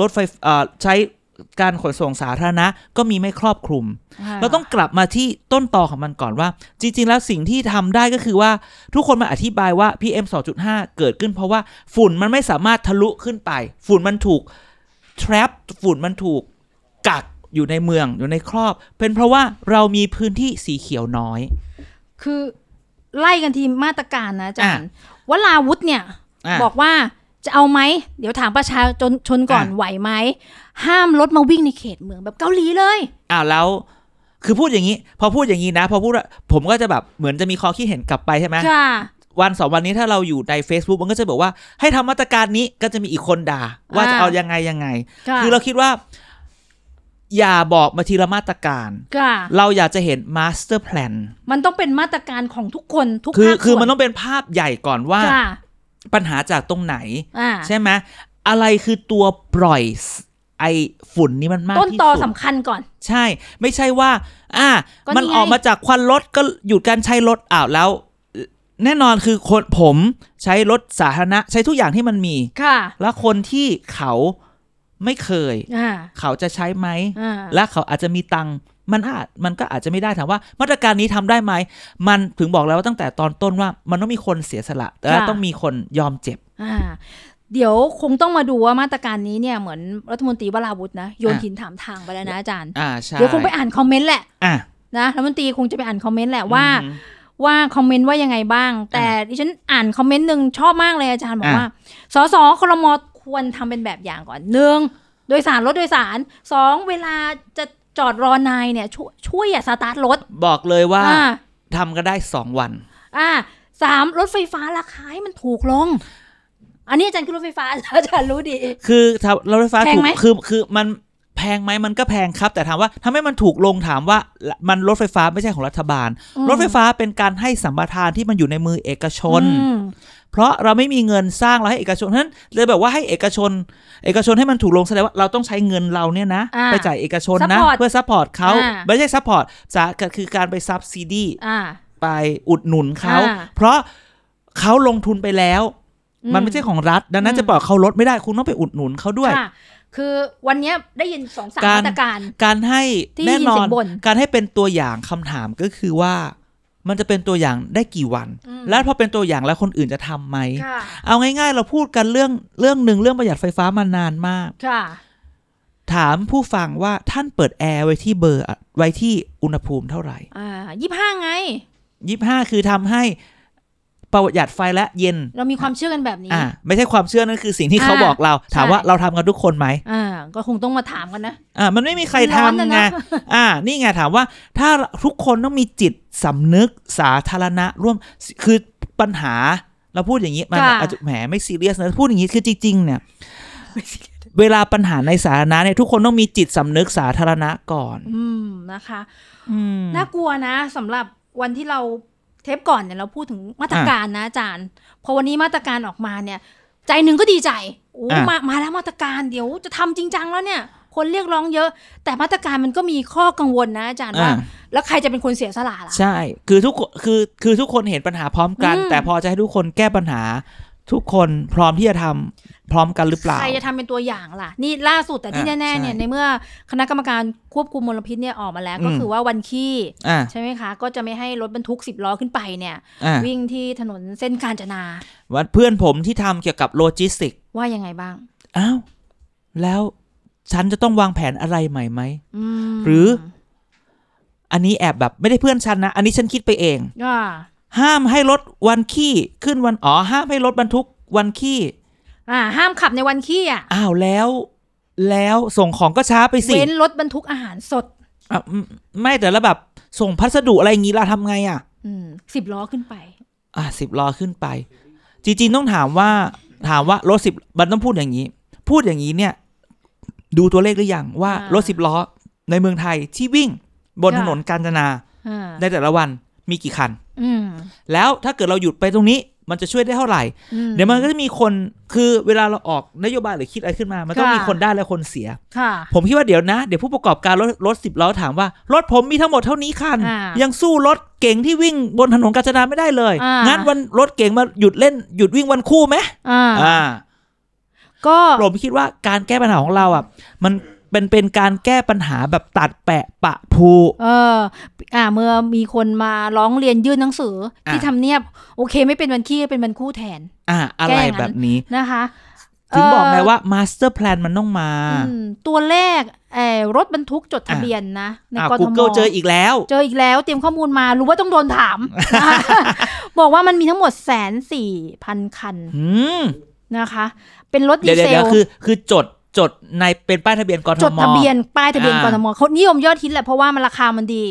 รถไฟเอ่อใช้การขนส่งสาธารณะก็มีไม่ครอบคลุม ค่ะ เราต้องกลับมาที่ต้นตอของมันก่อนว่า จริง ๆ แล้วสิ่งที่ทำได้ก็คือว่าทุกคนมาอธิบายว่า PM 2.5 เกิดขึ้นเพราะว่าฝุ่นมันไม่สามารถทะลุขึ้นไป ฝุ่นมันถูก trap ฝุ่นมันถูกกักอยู่ในเมืองอยู่ในครอบ เป็นเพราะว่าเรามีพื้นที่สีเขียวน้อย คือไล่กันทีมาตรการนะอาจารย์ วราวุธเนี่ย อ่ะ บอกว่าจะเอาไหม เดี๋ยวถามประชาชนชนก่อน อ่ะ ไหวไหม ห้ามรถมาวิ่งในเขตเมืองแบบเกาหลีเลย อ้าวแล้ว คือพูดอย่างนี้ พอพูดอย่างนี้นะ พอพูดว่าผมก็จะแบบเหมือนจะมีข้อคิดเห็นกลับไปใช่ไหม ค่ะ วันสองวันนี้ถ้าเราอยู่ใน Facebook มันก็จะบอกว่าให้ทำมาตรการนี้ก็จะมีอีกคนด่า ว่าจะ อ่า เอายังไงยังไง ค่ะ คือเราคิดว่า อย่าบอกมาทีละมาตรการ ค่ะ เราอยากจะเห็นมาสเตอร์แพลน มันต้องเป็นมาตรการของทุกคนทุก คือ ภาคส่วน คือมันต้องเป็นภาพใหญ่ก่อนว่า ค่ะ ปัญหาจากตรงไหน อ่า ใช่ไหมอะไรคือตัวปล่อยไอฝุ่นนี้มันมาก ต้น ที่ ตอ สุด สำคัญก่อน ใช่ ไม่ใช่ว่า อ่า ก็นี่ มันออก ไง มาจากควันรถก็หยุดการใช้รถอ้าวแล้ว แน่นอนคือคนผมใช้รถสาธารณะ ใช้ทุกอย่างที่มันมี ค่ะ แล้วคนที่เขาไม่เคย อ่า เขาจะใช้ไหม อ่า และเขาอาจจะมีตังค์มันอาจมันก็อาจจะไม่ได้ถามว่า มาตรการนี้ทำได้ไหม มันถึงบอกแล้วว่าตั้งแต่ตอนต้นว่า มันต้องมีคนเสียสละและต้องมีคนยอมเจ็บ อ่า เดี๋ยวคงต้องมาดูว่ามาตรการนี้เนี่ยเหมือนรัฐมนตรีวราวุธนะโยน อ่ะ หินถามทางไปแล้วนะอาจารย์ อ่าใช่ เดี๋ยวคงไปอ่านคอมเมนต์แหละ อ่ะ นะรัฐมนตรีคงจะไปอ่านคอมเมนต์แหละว่า อืม ว่าคอมเมนต์ว่ายังไงบ้าง แต่ดิฉันอ่านคอมเมนต์หนึ่งชอบมากเลยอาจารย์บอก อ่ะ ว่าสสครมควรทำเป็นแบบอย่างก่อนหนึ่งโดยสารรถโดยสารสองเวลาจะจอดรอนายเนี่ยช่วยช่วยอย่าสตาร์ทรถ บอกเลยว่า อ่า ทำก็ได้สองวัน อ่าสามรถไฟฟ้าราคาให้มันถูกลง อันนี้อาจารย์คือรถไฟฟ้า อาจารย์รู้ดี คือถ้าเราไฟฟ้า แพง ถูก ไหม คือคือมันแพงไหมมันก็แพงครับ แต่ถามว่าทำให้มันถูกลงถามว่ามันรถไฟฟ้าไม่ใช่ของรัฐบาล รถไฟฟ้าเป็นการให้สัมปทานที่มันอยู่ในมือเอกชน อืม เพราะเราไม่มีเงินสร้างเราให้เอกชนเพราะฉะนั้นเลยแบบว่าให้เอกชน เอกชนให้มันถูกลงแสดงว่าเราต้องใช้เงินเราเนี่ยนะ อ่า ไปจ่ายเอกชนนะ support เพื่อซัพพอร์ตเขา อ่า ไม่ใช่ซัพพอร์ตสาคือการไปซับซิดี อ่า ไปอุดหนุนเขา อ่า เพราะเขาลงทุนไปแล้ว อื มันไม่ใช่ของรัฐ ดังนั้ อื น ม จะบอกเขาลดไม่ได้คุณต้องไปอุดหนุนเขาด้วย ค่ะคือวันเนี้ยได้ยินสองสาม การ มาตรการ การให้ ที่ แน่นอ ยินเสี น ยงบ่น การให้เป็นตัวอย่างคำถามก็คือว่า มันจะเป็นตัวอย่างได้กี่วัน อืม แล้วพอเป็นตัวอย่างแล้วคนอื่นจะทำไหม ค่ะ เอาง่ายๆ เราพูดกันเรื่องเรื่องหนึ่งเรื่องประหยัดไฟฟ้ามานานมาก ค่ะ ถามผู้ฟังว่าท่านเปิดแอร์ไว้ที่เบอร์อะไว้ที่อุณหภูมิเท่าไหร่ อ่ายี่ห้าไง ยี่ห้าคือทำให้ประหยัดไฟและเย็น เรามีความเชื่อกันแบบนี้ อ่า ไม่ใช่ความเชื่อนั่นคือสิ่งที่เขา อ่า บอกเรา ถาม ใช่ ว่าเราทำกันทุกคนไหม อ่า ก็คงต้องมาถามกันนะ อ่ามันไม่มีใคร มันร้อนนะ ทำไง นะ อ่า นี่ไงถามว่าถ้าทุกคนต้องมีจิตสำนึกสาธารณะร่วมคือปัญหาเราพูดอย่างนี้ มัน ค่ะ อาจจะแหมไม่ซีเรียสนะพูดอย่างนี้คือจริง ๆ เนี่ย เวลาปัญหาในสาธารณะเนี่ยทุกคนต้องมีจิตสำนึกสาธารณะก่อน อืมนะคะ อืม น่ากลัวนะสำหรับวันที่เราเทปก่อนเนี่ยเราพูดถึงมาตรการนะอาจารย์ พอวันนี้มาตรการออกมาเนี่ย ใจหนึ่งก็ดีใจโอ้ อ่ะ มามาแล้วมาตรการเดี๋ยวจะทำจริงจังแล้วเนี่ย คนเรียกร้องเยอะ แต่มาตรการมันก็มีข้อกังวลนะอาจารย์ว่า อ่า แล้วใครจะเป็นคนเสียสละล่ะ ใช่ คือทุกคนคือคือทุกคนเห็นปัญหาพร้อมกัน อืม แต่พอจะให้ทุกคนแก้ปัญหา ทุกคนพร้อมที่จะทำพร้อมกันหรือเปล่า ใครจะทำเป็นตัวอย่างล่ะ นี่ล่าสุดแต่ที่ อ่ะ แน่ๆเนี่ย ใช่ ในเมื่อคณะกรรมการควบคุมมลพิษเนี่ยออกมาแล้ว ก็ อืม คือว่าวันขี้ อ่า ใช่ไหมคะ ก็จะไม่ให้รถบรรทุก 10 ล้อขึ้นไปเนี่ย อ่า วิ่งที่ถนนเส้นกาญจนา วันเพื่อนผมที่ทำเกี่ยวกับโลจิสติก ว่ายังไงบ้าง อ้าว แล้วฉันจะต้องวางแผนอะไรใหม่ไหม อืม หรือ อันนี้แอบแบบไม่ได้เพื่อนฉันนะ อันนี้ฉันคิดไปเอง อ่า ห้ามให้รถวันขี้ขึ้นวันอ๋อห้ามให้รถบรรทุกวันขี้ อ่า ห้ามขับในวันขี้อ่ะ อ้าวแล้ว แล้วส่งของก็ช้าไปสิ เว้นรถบรรทุกอาหารสด อ่ะอืมไม่แต่ละแบบส่งพัสดุอะไรอย่างงี้ล่ะทำไงอ่ะ สิบล้อขึ้นไป อ่ะสิบล้อขึ้นไป จริงๆต้องถามว่าถามว่า รถสิบมันต้องพูดอย่างนี้ พูดอย่างนี้เนี่ย ดูตัวเลขหรือยังว่า อ่าร ร ถสิบล้อในเมืองไทยที่วิ่งบน ค่ะ ถนนกาญจนา อ่า ในแต่ละวันมีกี่คัน อืม แล้วถ้าเกิดเราหยุดไปตรงนี้ มันจะช่วยได้เท่าไหร่ อื เดี๋ยวมันก็จะมีคนคือเวลาเราออกนโยบายหรือคิดอะไรขึ้นมา มันต้อง ค่ะ มีคนได้และคนเสีย ค่ะ ผมคิดว่าเดี๋ยวนะ เดี๋ยวผู้ประกอบการรถรถสิบล้อถามว่า รถผมมีทั้งหมดเท่านี้คัน อ่ายั ยังสู้รถเก่งที่วิ่งบนถนนกาญจนาไม่ได้เลย อ่างั้ งั้นวันรถเก่งมาหยุดเล่นหยุดวิ่งวันคู่ไหม อ่า อ่า ก็ ผมคิดว่าการแก้ปัญหาของเราอ่ะ มันเป็นเป็นการแก้ปัญหาแบบตัดแปะปะพู เอออ่าเมื่อมีคนมาร้องเรียนยื่นหนังสืออที่ า ทำเนียบ โอเค ไม่เป็นวันขี้เป็นวันคู่แทน อ่า อะไรแบบนี้ นะคะ ถึงบอกไง เ ว่ามาสเตอร์แพลนมันต้องมา อืมตัวแรกเอ่อรถบรรทุกจดทะเบียนนะใน อ่าก ท กู ม เกิลเจออีกแล้ว เจออีกแล้วเตรียมข้อมูลมารู้ว่าต้องโดน ถาม บอกว่ามันมีทั้งหมดแสนสี่พันคัน อืม นะคะ เป็นรถดี เดี๋ยวเดี๋ เซ ยวเดี๋ย ล วคือคือจดจดในเป็นป้ายทะเบียนกทม จดทะเบียนป้ายทะเบียน อ่าก ทมเขานิยมยอดฮิตแหละเพราะว่ามันราคามันดี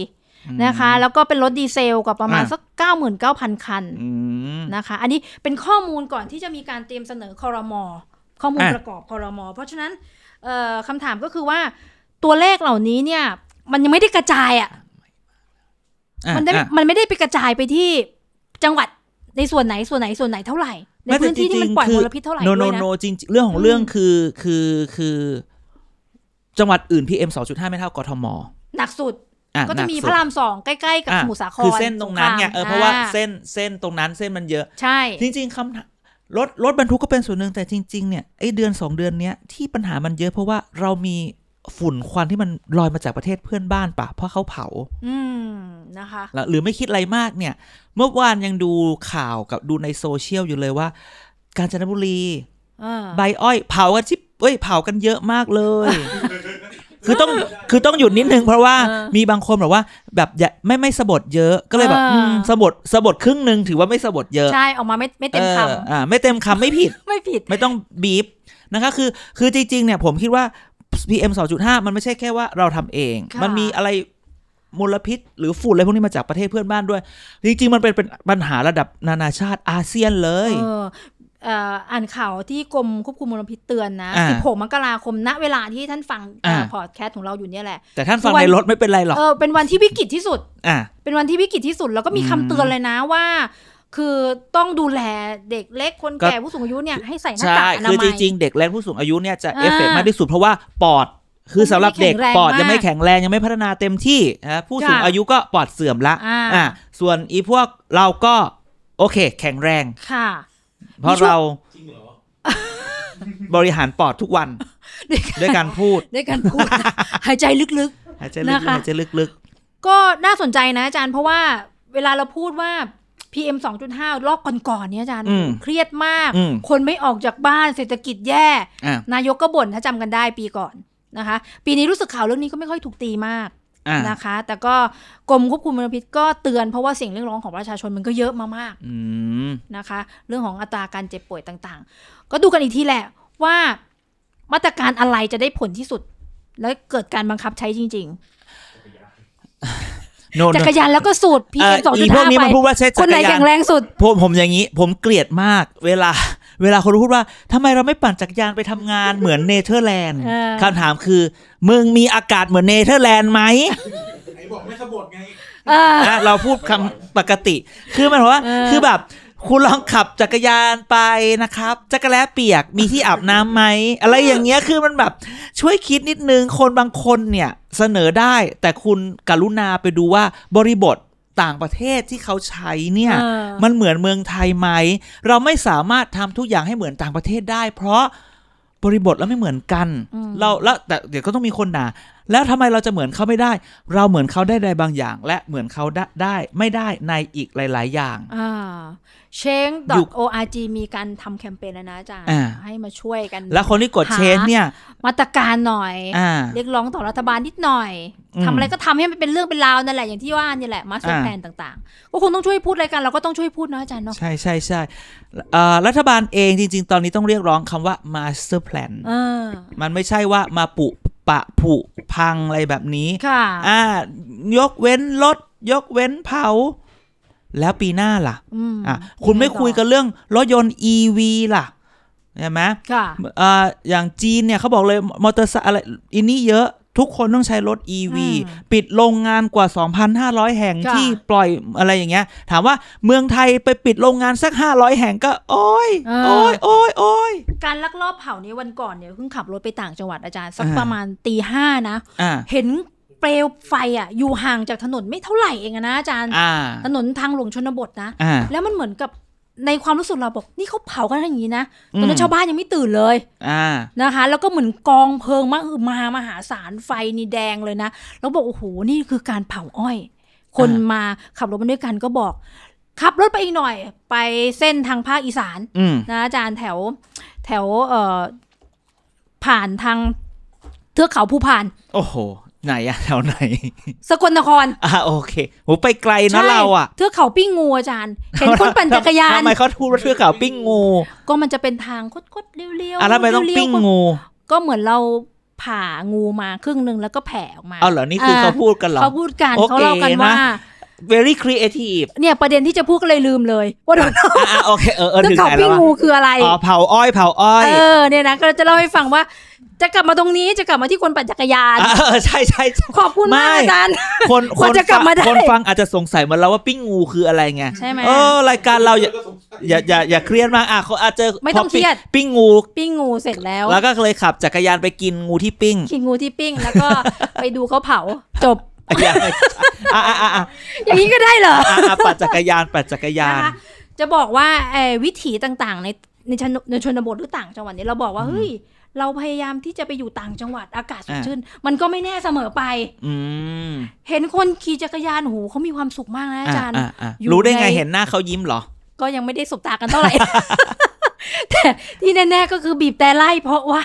นะคะ แล้วก็เป็นรถดีเซลกับประมาณ อ่า สัก 99,000 คัน อืม นะคะ อันนี้เป็นข้อมูลก่อนที่จะมีการเตรียมเสนอคอรมอข้อมูล อ่า ประกอบคอรมอเพราะฉะนั้นเอ่อคำถามก็คือว่าตัวเลขเหล่านี้เนี่ยมันยังไม่ได้กระจายอ่ะ อ่ะ มันได้ อ่ะ มันไม่ได้ไปกระจายไปที่จังหวัดในส่วนไหนส่วนไหนส่วนไหนเท่าไหร่ ใน ไม่แต่ พื้นที่ที่จมันริงๆ ปล่อย คือ มลพิษเท่าไหร่ โน ด้ โน วยนะ โนจริงๆเรื่องของเรื่อง อืม คือคือคือจังหวัดอื่นพีเอ็มสองจุดห้าไม่เท่ากทม หนักสุด อ่ ก็จะมี หนั พ สุด ระรามสองใกล้ๆกับ อ่ะ สมุทรสาคร คือเส้นตรงนั้นไง สคม เออเพราะว่า อ่ เส้นเส้นตรงนั้นเส้นมันเยอะ ใช่ จริงๆคำถามรถรถบรรทุกก็เป็นส่วนหนึ่งแต่จริง ๆ เนี่ยไอเดือนสองเดือนเนี้ยที่ปัญหามันเยอะเพราะว่าเรามีฝุ่นควันที่มันลอยมาจากประเทศเพื่อนบ้านปะเพราะเขาเผา อืมนะคะ แล้วหรือไม่คิดอะไรมากเนี่ย เมื่อวานยังดูข่าวกับดูในโซเชียลอยู่เลยว่า กาญจนบุรี เออ ใบอ้อย เผากันชิบเอ้ยเผากันเยอะมากเลย คือต้องคือต้องหยุดนิดนึงเพราะว่ามีบางคนแบบว่า แบบอย่าไม่ไม่สะบดเยอะก็เลยแบบอืมสะบดสะบดครึ่งหนึ่งถือว่าไม่สะบดเยอะ ใช่ออกมาไม่ไม่เต็มค อออ่าไม่เต็มคำไม่ผิด ำไม่ผิด ไม่ต้องบีบนะคะคือคือจริงๆเนี่ยผมคิดว่า PM 2.5 มันไม่ใช่แค่ว่าเราทำเอง ค่ะ มันมีอะไรมลพิษ หรือฝุ่นอะไรพวกนี้มาจากประเทศเพื่อนบ้านด้วย จริงๆ มันเป็นเป็นปัญหาระดับนานาชาติอาเซียนเลย เออเอ่ออ่านข่าวที่กรมควบคุมมลพิษเตือนนะ อ่า 16มกราคมณเวลาที่ท่านฟัง อ่า พอดแคสต์ของเราอยู่เนี่ยแหละ แต่ท่านฟัง วัน ในรถไม่เป็นไรหรอก เออเป็นวันที่วิกฤตที่สุด อ่ะ เป็นวันที่วิกฤตที่สุดแล้วก็มี อืม คำเตือนเลยนะว่า คือต้องดูแลเด็กเล็กคน ก็ แก่ผู้สูงอายุเนี่ยให้ใส่หน้า ใช่ กากอนา คือ มั จ ย ริงๆ เด็กและผู้สูงอายุเนี่ยจะ อ่า เอฟเฟกต์มากที่สุดเพราะว่าปอด คือสำหรับเด็ก ไม่แข็งแรง ปอดยัง มาก ไม่แข็งแรงยังไม่พัฒนาเต็มที่นะผู้สูง ค่ะ อายุก็ปอดเสื่อมละ อ่า อ่ะส่วนอีพวกเราก็โอเค แข็งแรง ค่ะ เพราะ มีช่วง เราบริหารปอดทุกวัน ด้วยการพูด ด้วยการพูด หายใจลึก หายใจลึก นะคะ ๆหายใจลึก ๆ ก็น่าสนใจนะอาจารย์เพราะว่าเวลาเราพูดว่า PM 2.5 รอบก่อนๆเนี่ยอาจารย์ ๆ อืม เครียดมาก อืม คนไม่ออกจากบ้านเศรษฐกิจแย่ อ่ะ นายกก็บ่นถ้าจำกันได้ปีก่อนนะคะ ปีนี้รู้สึกข่าวเรื่องนี้ก็ไม่ค่อยถูกตีมาก อ่ะ นะคะ แต่ก็กรมควบคุมมลพิษก็เตือนเพราะว่าเสียงเรียกร้องของประชาชนมันก็เยอะมามาก อืม นะคะ เรื่องของอัตราการเจ็บป่วยต่างๆ ก็ดูกันอีกทีแหละว่ามาตรการอะไรจะได้ผลที่สุด และเกิดการบังคับใช้จริง โน ๆ โน จักรยานแล้วก็สูตรพี เอ่ เอ็ อ มสอง อี จุด พวก ห้า นี้ ไป มันพูดว่าใช้ ค จั น ก ไหน รยา แข็ น งแรงสุด ผมผมอย่างนี้ ผมเกลียดมาก เวลา เวลาคนพูดว่าทำไมเราไม่ปั่นจักรยานไปทำงานเหมือนเนเธอร์แลนด์ เออ คำถามคือ มึงมีอากาศเหมือนเนเธอร์แลนด์ไหม ไอ้บอกไม่สะบดไง เออ อ่ะเราพูดคำปกติ คือหมันว่า เออ คือแบบ คุณลองขับจักรยานไปนะครับ จักรแล้เปียก มีที่อาบน้ำไหม อะไรอย่างเงี้ย คือมันแบบ ช่วยคิดนิดนึง คนบางคนเนี่ย เสนอได้ แต่คุณกรุณาไปดูว่าบริบทต่างประเทศที่เขาใช้เนี่ย เออ มันเหมือนเมืองไทยไหม เราไม่สามารถทำทุกอย่างให้เหมือนต่างประเทศได้ เพราะบริบทแล้วไม่เหมือนกัน เราแล้วแต่เดี๋ยวก็ต้องมีคนหนาแล้วทำไมเราจะเหมือนเขาไม่ได้ เราเหมือนเขาได้ในบางอย่าง และเหมือนเขาได้ได้ไม่ได้ในอีกหลาย ๆ อย่าง อ่าเชง อยู่ .org มีการทำแคมเปญแล้วนะอาจารย์ อ่า ให้มาช่วยกัน แล้วคนที่กด หา เชนเนี่ย มาตรการหน่อย อ่า เรียกร้องต่อรัฐบาลนิดหน่อย อืม ทำอะไรก็ทำให้มันเป็นเรื่องเป็นราวนั่นแหละอย่างที่ว่านี่แหละมาสเตอร์ อ่า แพลนต่างๆ ก็คงต้องช่วยพูดรายการเราก็ต้องช่วยพูดเนอะอาจารย์เนาะ ใช่ใช่ใช่เอ่อรัฐบาลเองจริง ๆ ตอนนี้ต้องเรียกร้องคำว่า master plan เออ มันไม่ใช่ว่ามาปุปะผุพังอะไรแบบนี้ ค่ะ อ่ายกเว้นลดยกเว้นเผา แล้วปีหน้าล่ะ อืม อ่ะคุณไม่คุยกันเรื่องรถยนต์ EV ล่ะใช่ไหม ค่ะ อ่าอย่างจีนเนี่ยเขาบอกเลยมอเตอร์ไซค์อะไรอินนี่เยอะทุกคนต้องใช้รถ EV อืม ปิดโรงงานกว่า 2,500 แห่ง ค่ะ ที่ปล่อยอะไรอย่างเงี้ย ถามว่าเมืองไทยไปปิดโรงงานสัก 500 แห่งก็ โอ้ยโอ้ยโอ้ยโอ้ย การลักลอบเผานี้วันก่อนเนี่ยเพิ่งขับรถไปต่างจังหวัดอาจารย์ สัก อ่า ประมาณตีห้านะ อ่า เห็นเปลวไฟอ่ะ อยู่ห่างจากถนนไม่เท่าไหร่เองอะนะอาจารย์ อ่า ถนนทางหลวงชนบทนะ อ่า แล้วมันเหมือนกับในความรู้สึกเราบอกนี่เขาเผากันอย่างนี้นะ อืม ตอนนั้นชาวบ้านยังไม่ตื่นเลย อ่า นะคะ แล้วก็เหมือนกองเพลิงมากมามหาศาลไฟนี่แดงเลยนะแล้วบอกโอ้โหนี่คือการเผาอ้อย คน อ่าม มาขับรถมาด้วยกันก็บอก ขับรถไปอีกหน่อย ไปเส้นทางภาคอีสาน อืม นะอาจารย์แถวแถวเอ่อผ่านทางเทือกเขาภูพาน โอ้โห ไหนอะแถวไหน สกลนคร อ่าโอเคโหไปไกลนะเราอะ เทือกเขาปิ้งงูอาจารย์ เห็นคนปั่นจักรยาน ทำไมเขาทูดว่าเทือกเขาปิ้งงู ก็มันจะเป็นทางคดๆเลี้ยวๆเลี้ยว อ่ะแล้วทำไมต้อง ๆ ปิ้ง ก็ งู ก็เหมือนเราผ่างูมาครึ่งหนึ่งแล้วก็แผ่ออกมา เอาเหรอ นี่คือเขาพูดกันเหรอ เขาพูดกัน โอเค เขาเล่ากันว่า นะ very creative เนี่ยประเด็นที่จะพูดก็เลยลืมเลยว่าโดน อ่ะอ่ะโอเค เออเออ เทือ ถึ ก งไหเขาน ปิ้ แล้ววะงงูคืออะไร อ๋อเผาอ้อยเผาอ้อย เออเนี่ยนะก็จะเล่าให้ฟังว่า จะกลับมาตรงนี้จะกลับมาที่คนปั่นจักรยาน อ่ะเออใช่ใช่ใช่ ขอบคุณมาก ไม่ อาจารย์ คน กว่าจะกลับมาได้ คนฟังอาจจะสงสัยเหมือนเราว่าปิ้งงูคืออะไรไง ใช่ไหม เออรายการเราอย่า ก็สงสั อย่าอย่าอย่าเครียดมากอ่ะเขาอาจจะ ไม่ต้อง พปิ้ เครียด ปิ้งงู ปิ้งงูเสร็จแล้ว แล้วก็เลยขับจักรยานไปกินงูที่ปิ้ง กินงูที่ปิ้งแล้วก็ ไปดูเขาเผาจบ อย่าอ่ะอ่ะอ่ะอ่ะ อย่างนี้ก็ได้เหรอ อ่ะอ่ะปั่นจักรยานปั่นจักรยาน นะคะจะบอกว่าเอ่อวิถีต่างๆ ในในชนในชนบทหรือต่างจังหวัดเนี่ยเราบอกว่าเฮ้ยเราพยายามที่จะไปอยู่ต่างจังหวัดอากาศสด อ่า ชื่น มันก็ไม่แน่เสมอไป อืม เห็นคนขี่จักรยานโหเขามีความสุขมากนะอาจารย์ อ่ะอ่ะ อยู่ รู้ได้ไง ใน เห็นหน้าเขายิ้มเหรอ ก็ยังไม่ได้สบตากันเท่าไหร่ แต่ที่แน่ๆก็คือบีบแต่ไล่เพราะว่า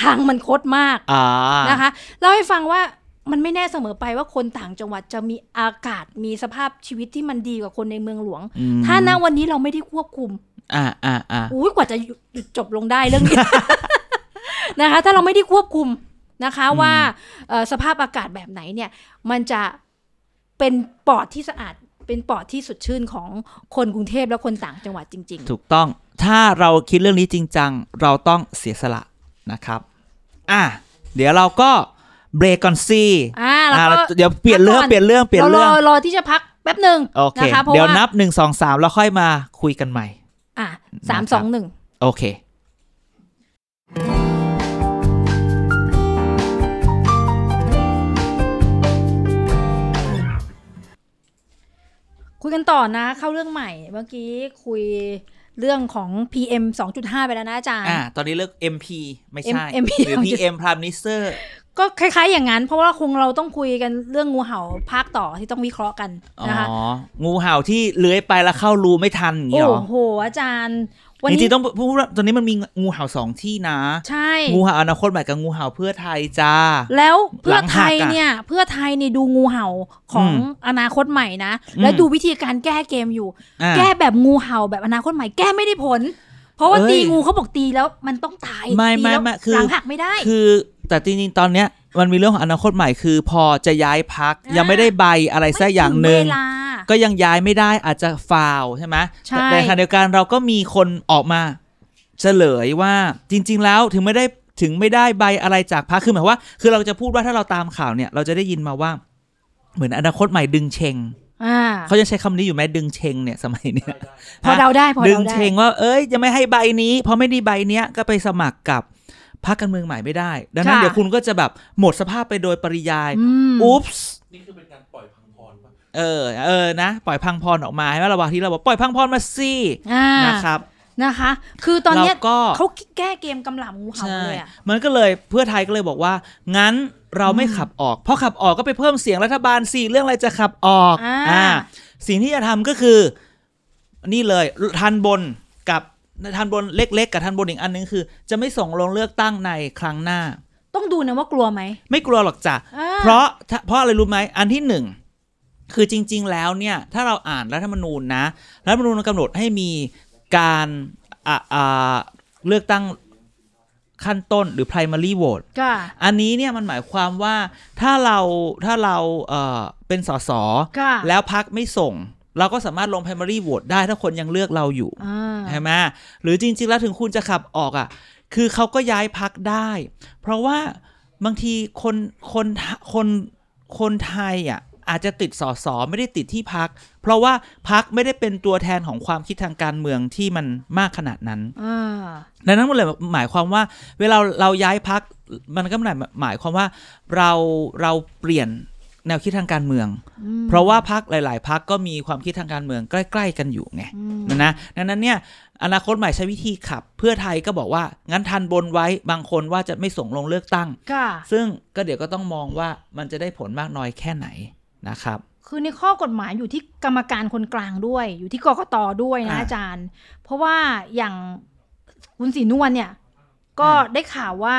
ทางมันคดมาก อ่า นะคะ เล่าให้ฟังว่ามันไม่แน่เสมอไปว่าคนต่างจังหวัดจะมีอากาศมีสภาพชีวิตที่มันดีกว่าคนในเมืองหลวง อืม ถ้าณวันนี้เราไม่ได้ควบคุม อ่าอ่าอ่า อุ้ยกว่าจะหยุดหยุดจบลงได้เรื่องนี้ นะคะ ถ้าเราไม่ได้ควบคุมนะคะ อืม ว่าเอ่อสภาพอากาศแบบไหนเนี่ย มันจะเป็นปอดที่สะอาดเป็นปอดที่สดชื่นของคนกรุงเทพและคนต่างจังหวัดจริง ถูกต้อง ถ้าเราคิดเรื่องนี้จริงจัง เราต้องเสียสละนะครับ อ่ะ เดี๋ยวเราก็เบรกก่อนสิ ๆอ่าแล้วก็ อ่ะเดี๋ยวเปลี่ยนเรื่อง พักก่อน เปลี่ยนเรื่อง เปลี่ยน เราร เรื่ อ อง รอที่จะพักแป๊บหนึ่ง โอเค นะคะเพราะ เดี๋ยว ว่า นับหนึ่งสองสามแล้วค่อยมาคุยกันใหม่ อ่ะสามสองหนึ่ง โอเค คุยกันต่อนะ เข้าเรื่องใหม่ เมื่อกี้คุยเรื่องของ PM 2.5 ไปแล้วนะอาจารย์ อ่ะ ตอนนี้เลือก MP ไม่ใช่ M- MP หรือ PM Prime Minister ก็คล้าย ๆ อย่างนั้น เพราะว่าคงเราต้องคุยกันเรื่องงูเห่าภาคต่อที่ต้องวิเคราะห์กัน อ๋อ นะคะ งูเห่าที่เลื้อยไปแล้วเข้ารูไม่ทันอย่าง โอ้ นี้เหรอ โห อาจารย์ วัน จ นี้ ริงๆต้องพูดว่าตอนนี้มันมีงูเห่าสองที่นะ ใช่ งูเห่าอนาคตใหม่กับงูเห่าเพื่อไทยจ้า แล้วเพื่อไทย หลังหักอะ เนี่ย เพื่อไทยเนี่ยดูงูเห่าของ อืม อนาคตใหม่นะ และ อืม ดูวิธีการแก้เกมอยู่ อ่ะ แก้แบบงูเห่าแบบอนาคตใหม่แก้ไม่ได้ผล เพราะว่า เอ้ย ตีงูเขาบอกตีแล้วมันต้องตาย ไม่ไม่ ตีแล้ว ไม่คือ หลังหักไม่ได้ คือแต่จริงๆตอนเนี้ยมันมีเรื่องของอนาคตใหม่คือพอจะย้ายพัก อ่ายั ยังไม่ได้ใบอะไรสักอย่างหนึ่ง ไม่ถึเวลา ก็ยังย้ายไม่ได้อาจจะฟาวใช่ไหม ใช่ แต่ในขณะเดียวกันเราก็มีคนออกมาเฉลยว่าจริง ๆ แล้วถึงไม่ได้ถึงไม่ได้ใบอะไรจากพักคือหมายความว่า คือเราจะพูดว่าถ้าเราตามข่าวเนี่ย เราจะได้ยินมาว่า เหมือนอนาคตใหม่ดึงเชง อ่า เขายังใช้คำนี้อยู่ไหมดึงเชงเนี่ยสมัยเนี้ย พอเดาได้พอ ดึ เดาง ได้ เชงว่าเอ้ยจะไม่ให้ใบนี้เพราะไม่ได้ใบเนี้ยก็ไปสมัครกับพรรคการเมืองใหม่ไม่ได้ ดังนั้น ค่ะ เดี๋ยวคุณก็จะแบบหมดสภาพไปโดยปริยาย อืม อุ๊ปส์ นี่คือเป็นการปล่อยพังพรป่ะ เออเออนะ ปล่อยพังพรออกมาให้ว่าระหว่างที่เราบอกปล่อยพังพรมาสิ อ่า นะครับ นะคะ คือตอนเนี้ย เราก็ เขาแก้เกมกำหลำงูเห่า ใช่ เลยอะ มันก็เลยเพื่อไทยก็เลยบอกว่า งั้นเราไม่ขับออก เพราะขับออกก็ไปเพิ่มเสียงรัฐบาลสิเรื่องอะไรจะขับออก อ่า อ่า สิ่งที่จะทำก็คือนี่เลยทันบนกับทันบนเล็ก ๆ กับทันบนอีกอันนึงคือ จะไม่ส่งลงเลือกตั้งในครั้งหน้า ต้องดูนะว่ากลัวไหม ไม่กลัวหรอกจ้ะ อ่า เพราะถ้าเพราะอะไรรู้ไหมอันที่หนึ่งคือจริง ๆ แล้วเนี่ย ถ้าเราอ่านรัฐธรรมนูญนะรัฐธรรมนูญกำหนดให้มีการอ่าอ่าเลือกตั้งขั้นต้นหรือ primary vote ก็ อันนี้เนี่ยมันหมายความว่าถ้าเราถ้าเราเอ่อเป็นสส ก็ แล้วพักไม่ส่ง เราก็สามารถลง primary vote ได้ถ้าคนยังเลือกเราอยู่ อ่า ใช่ไหมหรือจริง ๆ แล้วถึงคุณจะขับออกอ่ะ คือเขาก็ย้ายพักได้ เพราะว่าบางทีคนคนคนคนไทยอ่ะอาจจะติดสอสอไม่ได้ติดที่พัก เพราะว่าพักไม่ได้เป็นตัวแทนของความคิดทางการเมืองที่มันมากขนาดนั้น อ่า ดังนั้นมันเลยหมายความว่า เวลาเราย้ายพักมันก็หมายหมายความว่าเราเราเปลี่ยนแนวคิดทางการเมือง อืม เพราะว่าพักหลาย ๆ พักก็มีความคิดทางการเมืองใกล้ ๆ กันอยู่ไง อืม นะนะดังนั้นเนี่ยอนาคตใหม่ใช้วิธีขับ เพื่อไทยก็บอกว่า งั้นทันบนไว้บางคนว่าจะไม่ส่งลงเลือกตั้ง ค่ะ ซึ่งก็เดี๋ยวก็ต้องมองว่ามันจะได้ผลมากน้อยแค่ไหนนะครับ คือในข้อกฎหมายอยู่ที่กรรมการคนกลางด้วย อยู่ที่กกตด้วยนะ อ่า อาจารย์ เพราะว่าอย่างคุณศรีนวลเนี่ย ก็ อ่า ได้ข่าวว่า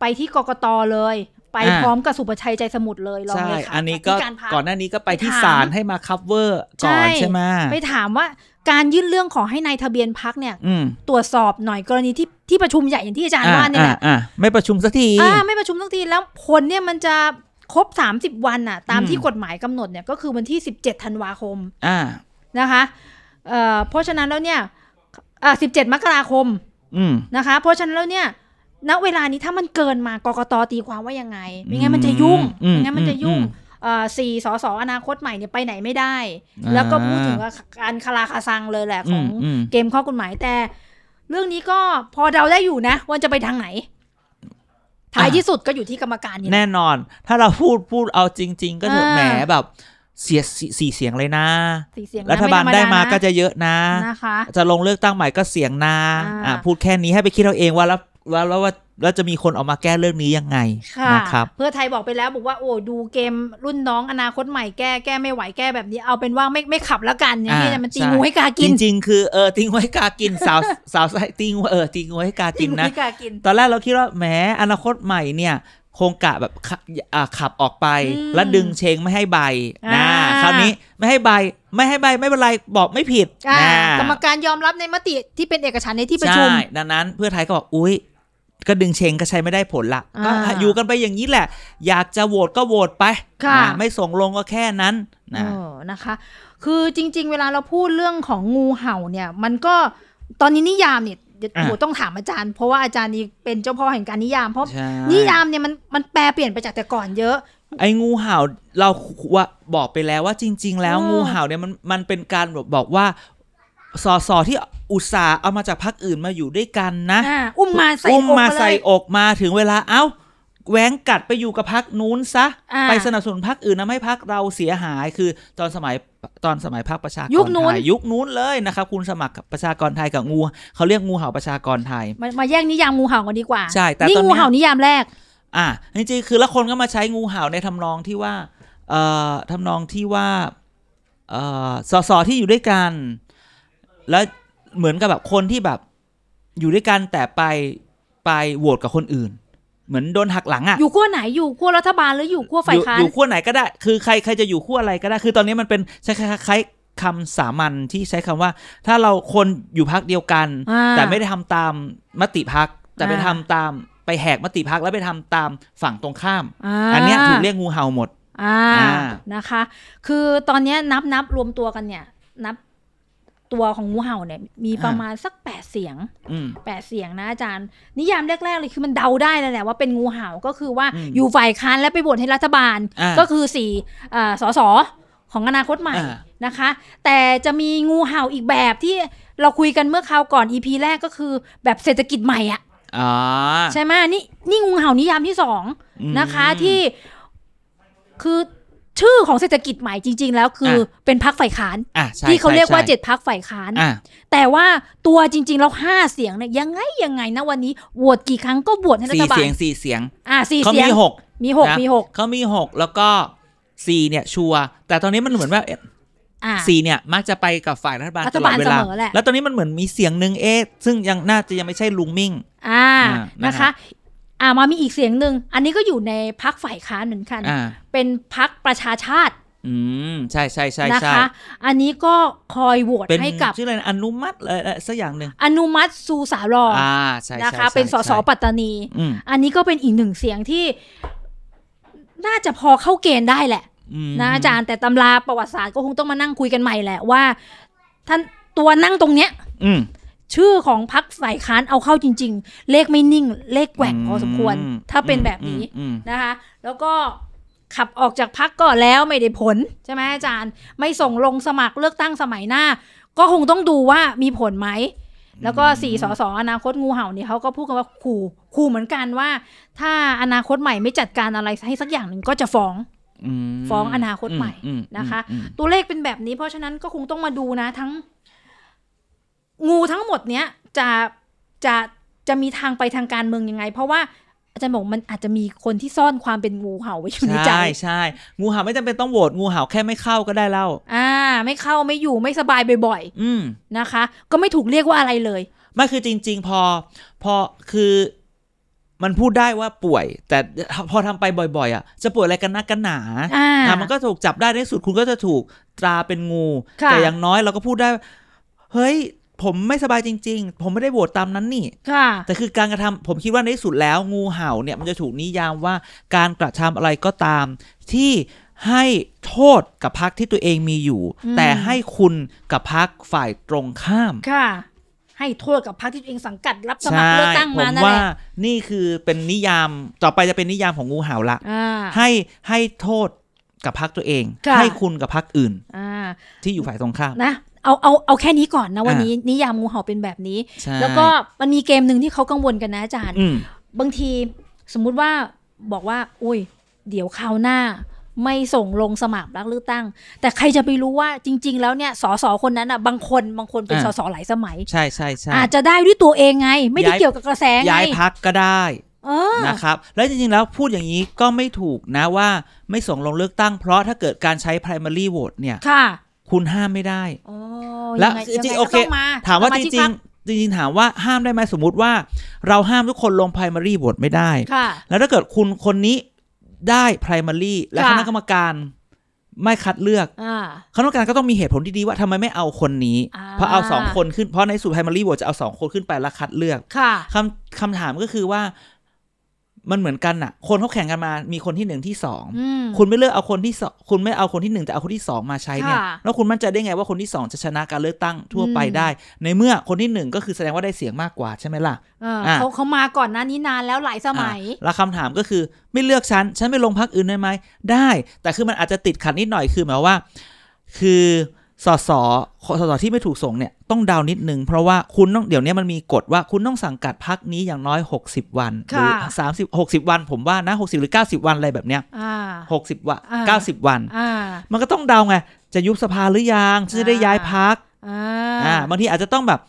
ไปที่กกตเลย ไป อ่า พร้อมกับสุประชัยใจสมุทรเลยรอง ใช่ เลขา อันนี้ก็ ธิารพรรค ก่อนหน้านี้ก็ไปที่ ไปถาม ศาลให้มาคัฟเวอร์ก่อน ใช่ ใช่ไหม ไปถามว่าการยื่นเรื่องขอให้นายทะเบียนพักเนี่ย อืม ตรวจสอบหน่อยกรณีที่ที่ประชุมใหญ่อย่างที่อาจารย์ว่าเนี่ยแหละ อ่าอ่าไม่ประชุมสักที อ่าไม่ประชุมทั้งทีแล้วผลเนี่ยมันจะครบ 30 วันน่ะ ตาม อืม ที่กฎหมายกำหนดเนี่ยก็คือวันที่ 17ธันวาคม อ่า นะคะเอ่อเพราะฉะนั้นแล้วเนี่ยอ่าสิบเจ็ดมกราคม อืม นะคะ เพราะฉะนั้นแล้วเนี่ย ณ เวลานี้ถ้ามันเกินมากกตตีความว่ายังไง ไม่งั้นมันจะยุ่ง อืม ไม่งั้นมันจะยุ่ง อืม เอ่อสี่สสอนาคตใหม่เนี่ยไปไหนไม่ได้ แล้วก็พูดถึงว่าการคาราคาซังเลยแหละของ อืมอืม เกมข้อกฎหมายแต่ เรื่องนี้ก็พอเดาได้อยู่นะว่าจะไปทางไหน ท้ายที่สุดก็อยู่ที่กรรมการเนี่ย แน่นอน ถ้าเราพูดพูดเอาจริง ๆ ก็เถอะ อ่า แหมแบบเสียสี่สี่เสียงเลยนะ สี่เสียงนะ รัฐบาลได้มาก็ ไม่ธรร จะเยอะนะ มดานะคะ จะลงเลือกตั้งใหม่ก็เสียงนา อ่า อ่าพูดแค่นี้ให้ไปคิดเอาเองว่าแล้วว่าแล้วว่าแล้วจะมีคนออกมาแก้เรื่องนี้ยังไง ค่ะ นะครับ เพื่อไทยบอกไปแล้วบอกว่าโอ้ดูเกมรุ่นน้องอนาคตใหม่แก้แก้ไม่ไหวแก้แบบนี้เอาเป็นว่าไม่ไม่ขับแล้วกันอย่างนี้ อ่า เนี่ยมันตี ใช่ งูให้กา จ กิน ริง ๆ คือเออติ้งไว้ให้กากิน สาวสาวไส้ติ้งไว้เออติ้งไว้ให้กา ตี กิน งู นะ ให้กากิน ตอนแรกเราคิดว่าแหมอนาคตใหม่เนี่ยคงกะแบบขะอ่าขับออกไป อืม แล้วดึงเชงไม่ให้ใบนะ อ่า คราวนี้ไม่ให้ใบไม่ให้ใบไม่เป็นไรบอกไม่ผิด อ่า นะ กรรมการยอมรับในมติที่เป็นเอกฉันท์ในที่ประชุม ใช่ดังนั้นเพื่อไทยก็บอกอุ้ยก็ดึงเชงก็ใช้ไม่ได้ผลละก็ อ่า อยู่กันไปอย่างนี้แหละ อยากจะโหวตก็โหวตไป ค่ะ อ่าไม่ส่งลงก็แค่นั้นนะ เออนะคะ คือจริง ๆ เวลาเราพูดเรื่องของงูเห่าเนี่ย มันก็ตอนนี้นิยามเนี่ยเดี๋ยว อ่า โอ้โหต้องถามอาจารย์ เพราะว่าอาจารย์นี่เป็นเจ้าพ่อแห่งการนิยามเพราะ ใช่ นิยามเนี่ยมันมันแปลเปลี่ยนไปจากแต่ก่อนเยอะ ไอ้งูเห่าเราว่าบอกไปแล้วว่าจริง ๆ แล้ว อืม งูเห่าเนี่ยมันมันเป็นการแบบบอกว่าสอสอที่อุตส่าห์เอามาจากพรรคอื่นมาอยู่ด้วยกันนะ อ่าอุ้มมาใส่ อุ้มมา อกเลย ใส่อกมาถึงเวลาเอ้าแหวงกัดไปอยู่กับพักนู้นซะ อ่า ไปสนับสนุนพักอื่นนะไม่พักเราเสียหายคือตอนสมัยตอนสมัยพักประชากร ยุคนู้น ไทยยุคนู้นเลยนะครับคุณสมัครกับประชากรไทยกับงูเขาเรียกงูเห่าประชากรไทย มามาแยกนิยามงูเห่ากันดีกว่า ใช่แต่ นี่ ตอนเนี้ย งูเห่านิยามแรก อ่ะจริงๆคือแล้วคนก็มาใช้งูเห่าในทำนองที่ว่าเอ่อทำนองที่ว่าเอ่อสสที่อยู่ด้วยกัน แล้วเหมือนกับแบบคนที่แบบอยู่ด้วยกันแต่ไปไปโหวตกับคนอื่น เหมือนโดนหักหลังอ่ะ อยู่ขั้วไหนอยู่ขั้วรัฐบาลหรืออยู่ขั้วฝ่ายค้าน อยู่ขั้วไหนก็ได้ คือใครใครจะอยู่ขั้วอะไรก็ได้ คือตอนนี้มันเป็นใช้คล้ายๆคำสามัญที่ใช้คำว่า ถ้าเราคนอยู่พักเดียวกัน อ่า แต่ไม่ได้ทำตามมติพัก แต่ไป อ่า ทำตามไปแหกมติพักแล้วไปทำตามฝั่งตรงข้าม อา อันเนี้ยถูกเรียกงูเห่าหมด อ่า อ่า นะคะ คือตอนเนี้ยนับนับรวมตัวกันเนี่ย นับตัวของงูเห่าเนี่ย มีประมาณสักแปดเสียง อืม แปดเสียงนะอาจารย์ นิยามแรกๆเลยคือมันเดาได้แล้วแหละว่าเป็นงูเห่าก็คือว่า อืม อยู่ฝ่ายค้านและไปโหวตให้รัฐบาล อ่า ก็คือสี่อ่าสสของอนาคตใหม่ อ่า นะคะ แต่จะมีงูเห่าอีกแบบที่เราคุยกันเมื่อคราวก่อน EP แรกก็คือแบบเศรษฐกิจใหม่อะ อ๋อ ใช่ไหมนี่นี่งูเห่านิยามที่สอง อืม นะคะที่คือชื่อของเศรษฐกิจใหม่จริง ๆ แล้วคืออะ เป็นพักฝ่ายค้าน อ่ะใช่ ที่เขาเรียกว่า ใช่ เจ็ดพักฝ่ายค้าน อ่ะ แต่ว่าตัวจริง ๆ แล้วห้าเสียงเนี่ยยังไงยังไงนะวันนี้โหวตกี่ครั้งก็โหวตให้รั สี่ ฐบาล เสียงสี่เสียง อ่าสี่ เขา เสียง มีหก มีหก นะ มีหก เขามีหกแล้วก็สี่เนี่ยชัวร์แต่ตอนนี้มันเหมือนว่า อ่า สี่เนี่ยมักจะไปกับฝ่ายรัฐบาล รั ตลอบฐา ด ล เวลา เสมอแหละ แล้วตอนนี้มันเหมือนมีเสียงหนึ่งเอ๊ะซึ่งยังน่าจะยังไม่ใช่ลุงมิ่ง อ่า อ่านะ นะคะ คะ อ่ามามีอีกเสียงหนึ่งอันนี้ก็อยู่ในพักฝ่ายค้านเหมือนกัน อ่า เป็นพักประชาชาติ อืม ใช่ใช่ใช่ นะ ใช่ คะ อันนี้ก็คอยโหวต เป็น ให้กับ ชื่ออะไรนะอนุมัติเอ่อเอ่อสักอย่างหนึ่ง อนุมัติสูสารอ อ่าใช่ใช่ นะคะ ใช่ เป็นสส ใช่ ปัตตานี อืม อันนี้ก็เป็นอีกหนึ่งเสียงที่ น่าจะพอเข้าเกณฑ์ได้แหละ อืม นะอาจารย์แต่ตำราประวัติศาสตร์ก็คงต้องมานั่งคุยกันใหม่แหละว่า ท่านตัวนั่งตรงเนี้ย อืม ชื่อของพักฝ่ายค้านเอาเข้าจริง ๆ เลขไม่นิ่ง เลขแกว่งพอสมควร อื ถ้าเป็นแบบนี้ อืม นะคะ แล้วก็ขับออกจากพักก็แล้วไม่ได้ผล ใช่ไหมอาจารย์ ไม่ส่งลงสมัครเลือกตั้งสมัยหน้า ก็คงต้องดูว่ามีผลไหม แล้วก็สี่สสอนาคตงูเห่าเนี่ยเขาก็พูดกันว่าขู่ขู่เหมือนกันว่า ถ้าอนาคตใหม่ไม่จัดการอะไรให้สักอย่างหนึ่งก็จะฟ้อง อืม ฟ้องอนาคตใหม่ อืม นะคะ อืมอืม ตัวเลขเป็นแบบนี้เพราะฉะนั้นก็คงต้องมาดูนะทั้ง งูทั้งหมดเนี้ยจะจะจะมีทางไปทางการเมืองยังไง เพราะว่าอาจารย์บอกมันอาจจะมีคนที่ซ่อนความเป็นงูเห่าไว้อยู่ในใจ ใช่ใช่งูเห่าไม่จำเป็นต้องโหวตงูเห่าแค่ไม่เข้าก็ได้แล้ว อ่า ไม่เข้าไม่อยู่ไม่สบายบ่อย อืม ๆนะคะ ก็ไม่ถูกเรียกว่าอะไรเลย ไม่คือจริง ๆ พอพอคือมันพูดได้ว่าป่วย แต่พอทำไปบ่อย ๆ อ่ะ จะป่วยอะไรกันนักกันหนา อ่า ะมันก็ถูกจับได้ในที่สุดคุณก็จะถูกตราเป็นงู ค่ะ แต่อย่างน้อยเราก็พูดได้ เฮ้ย ผมไม่สบายจริง ๆ ผมไม่ได้โหวตตามนั้นนี่ ค่ะ แต่คือการกระทำผมคิดว่าในที่สุดแล้วงูเห่าเนี่ยมันจะถูกนิยามว่าการกระทำอะไรก็ตาม ที่ให้โทษกับพรรคที่ตัวเองมีอยู่ แต่ให้คุณกับพรรคฝ่ายตรงข้าม ค่ะ ให้โทษกับพรรคที่ตัวเองสังกัดรับสมัคร ใช่ เลือกตั้ผมงาม นั่นแห ว่า ละ นี่คือเป็นนิยามต่อไปจะเป็นนิยามของงูเห่าละ อ่า ให้ให้โทษกับพักตัวเอง ค่ะ ให้คุณกับพักอื่น อ่า ที่อยู่ฝ่ายตรงข้าม นะเอาเอาเอาแค่นี้ก่อนนะวัน อ่านี้ นี้นิยามงูเห่าเป็นแบบนี้ ใช่ แล้วก็มันมีเกมหนึ่งที่เขากังวลกันนะอาจารย์ อืม บางทีสมมุติว่าบอกว่า อุ้ย เดี๋ยวคราวหน้า ไม่ส่งลงสมัครรับเลือกตั้ง แต่ใครจะไปรู้ว่าจริง ๆ แล้วเนี่ยสสคนนั้นอ่ะบางคนบางคนเป็นสสหลายสมัย ใช่ใช่ใช่ อาจจะได้ด้วยตัวเองไง ไม่ได้ ย้าย เกี่ยวกับกระแสไง ย้ายพักก็ได้ เออ นะครับ และจริงๆแล้วพูดอย่างนี้ก็ไม่ถูกนะว่าไม่ส่งลงเลือกตั้ง เพราะถ้าเกิดการใช้ primary vote เนี่ย ค่ะ คุณห้ามไม่ได้ โอ้ และ ยังไง จริง ยังๆไงโอเค ก็ต้ม ถามว่า ส จ ชิก ริ พรง รค ๆจริงๆถามว่าห้ามได้ไหมสมมติว่า เราห้ามทุกคนลง primary vote ไม่ได้ ค่ะ แล้วถ้าเกิดคุณคนนี้ได้ primary และ ค่ะ คณะกรรมการไม่คัดเลือก อ่า คณะกรรมการก็ต้องมีเหตุผลที่ดีว่าทำไมไม่เอาคนนี้ อ่า เพราะเอาสองคนขึ้น เพราะในสูตร primary vote จะเอาสองคนขึ้นไปแล้วคัดเลือก ค่ะ คำคำถามก็คือว่า มันเหมือนกันอะคนเขาแข่งกันมา มีคนที่หนึ่งที่สอง อืม คุณไม่เลือกเอาคนที่สองคุณไม่เอาคนที่หนึ่งแต่เอาคนที่สองมาใช้เนี่ย ค่ะ แล้วคุณมั่นใจได้ไงว่าคนที่สองจะชนะการเลือกตั้งทั่วไป อืม ได้ ในเมื่อคนที่หนึ่งก็คือแสดงว่าได้เสียงมากกว่าใช่ไหมล่ะ เอออา เขาเขามาก่อนหน้านี้นานแล้วหลายสมัย อ่ะแล้วคำถามก็คือไม่เลือกฉัน ฉันไปลงพักอื่นได้ไหม ได้ แต่คือมันอาจจะติดขัดนิดหน่อยคือหมายว่า คือสสสสที่ไม่ถูกส่งเนี่ยต้องเดาวนิดนึง เพราะว่าคุณต้องเดี๋ยวนี้มันมีกฎว่าคุณต้องสังกัดพักนี้อย่างน้อย 60 วัน หรือ ค่ะ 30 60 วันผมว่านะ 60 หรือ 90 วันอะไรแบบเนี้ย อ่า 60วัน อ่า เก้าสิบวัน อ่า มันก็ต้องเดาไง จะยุบสภาหรือยังฉันจะได้ย้ายพัก อ่า อ่าบางทีอาจจะต้องแบบ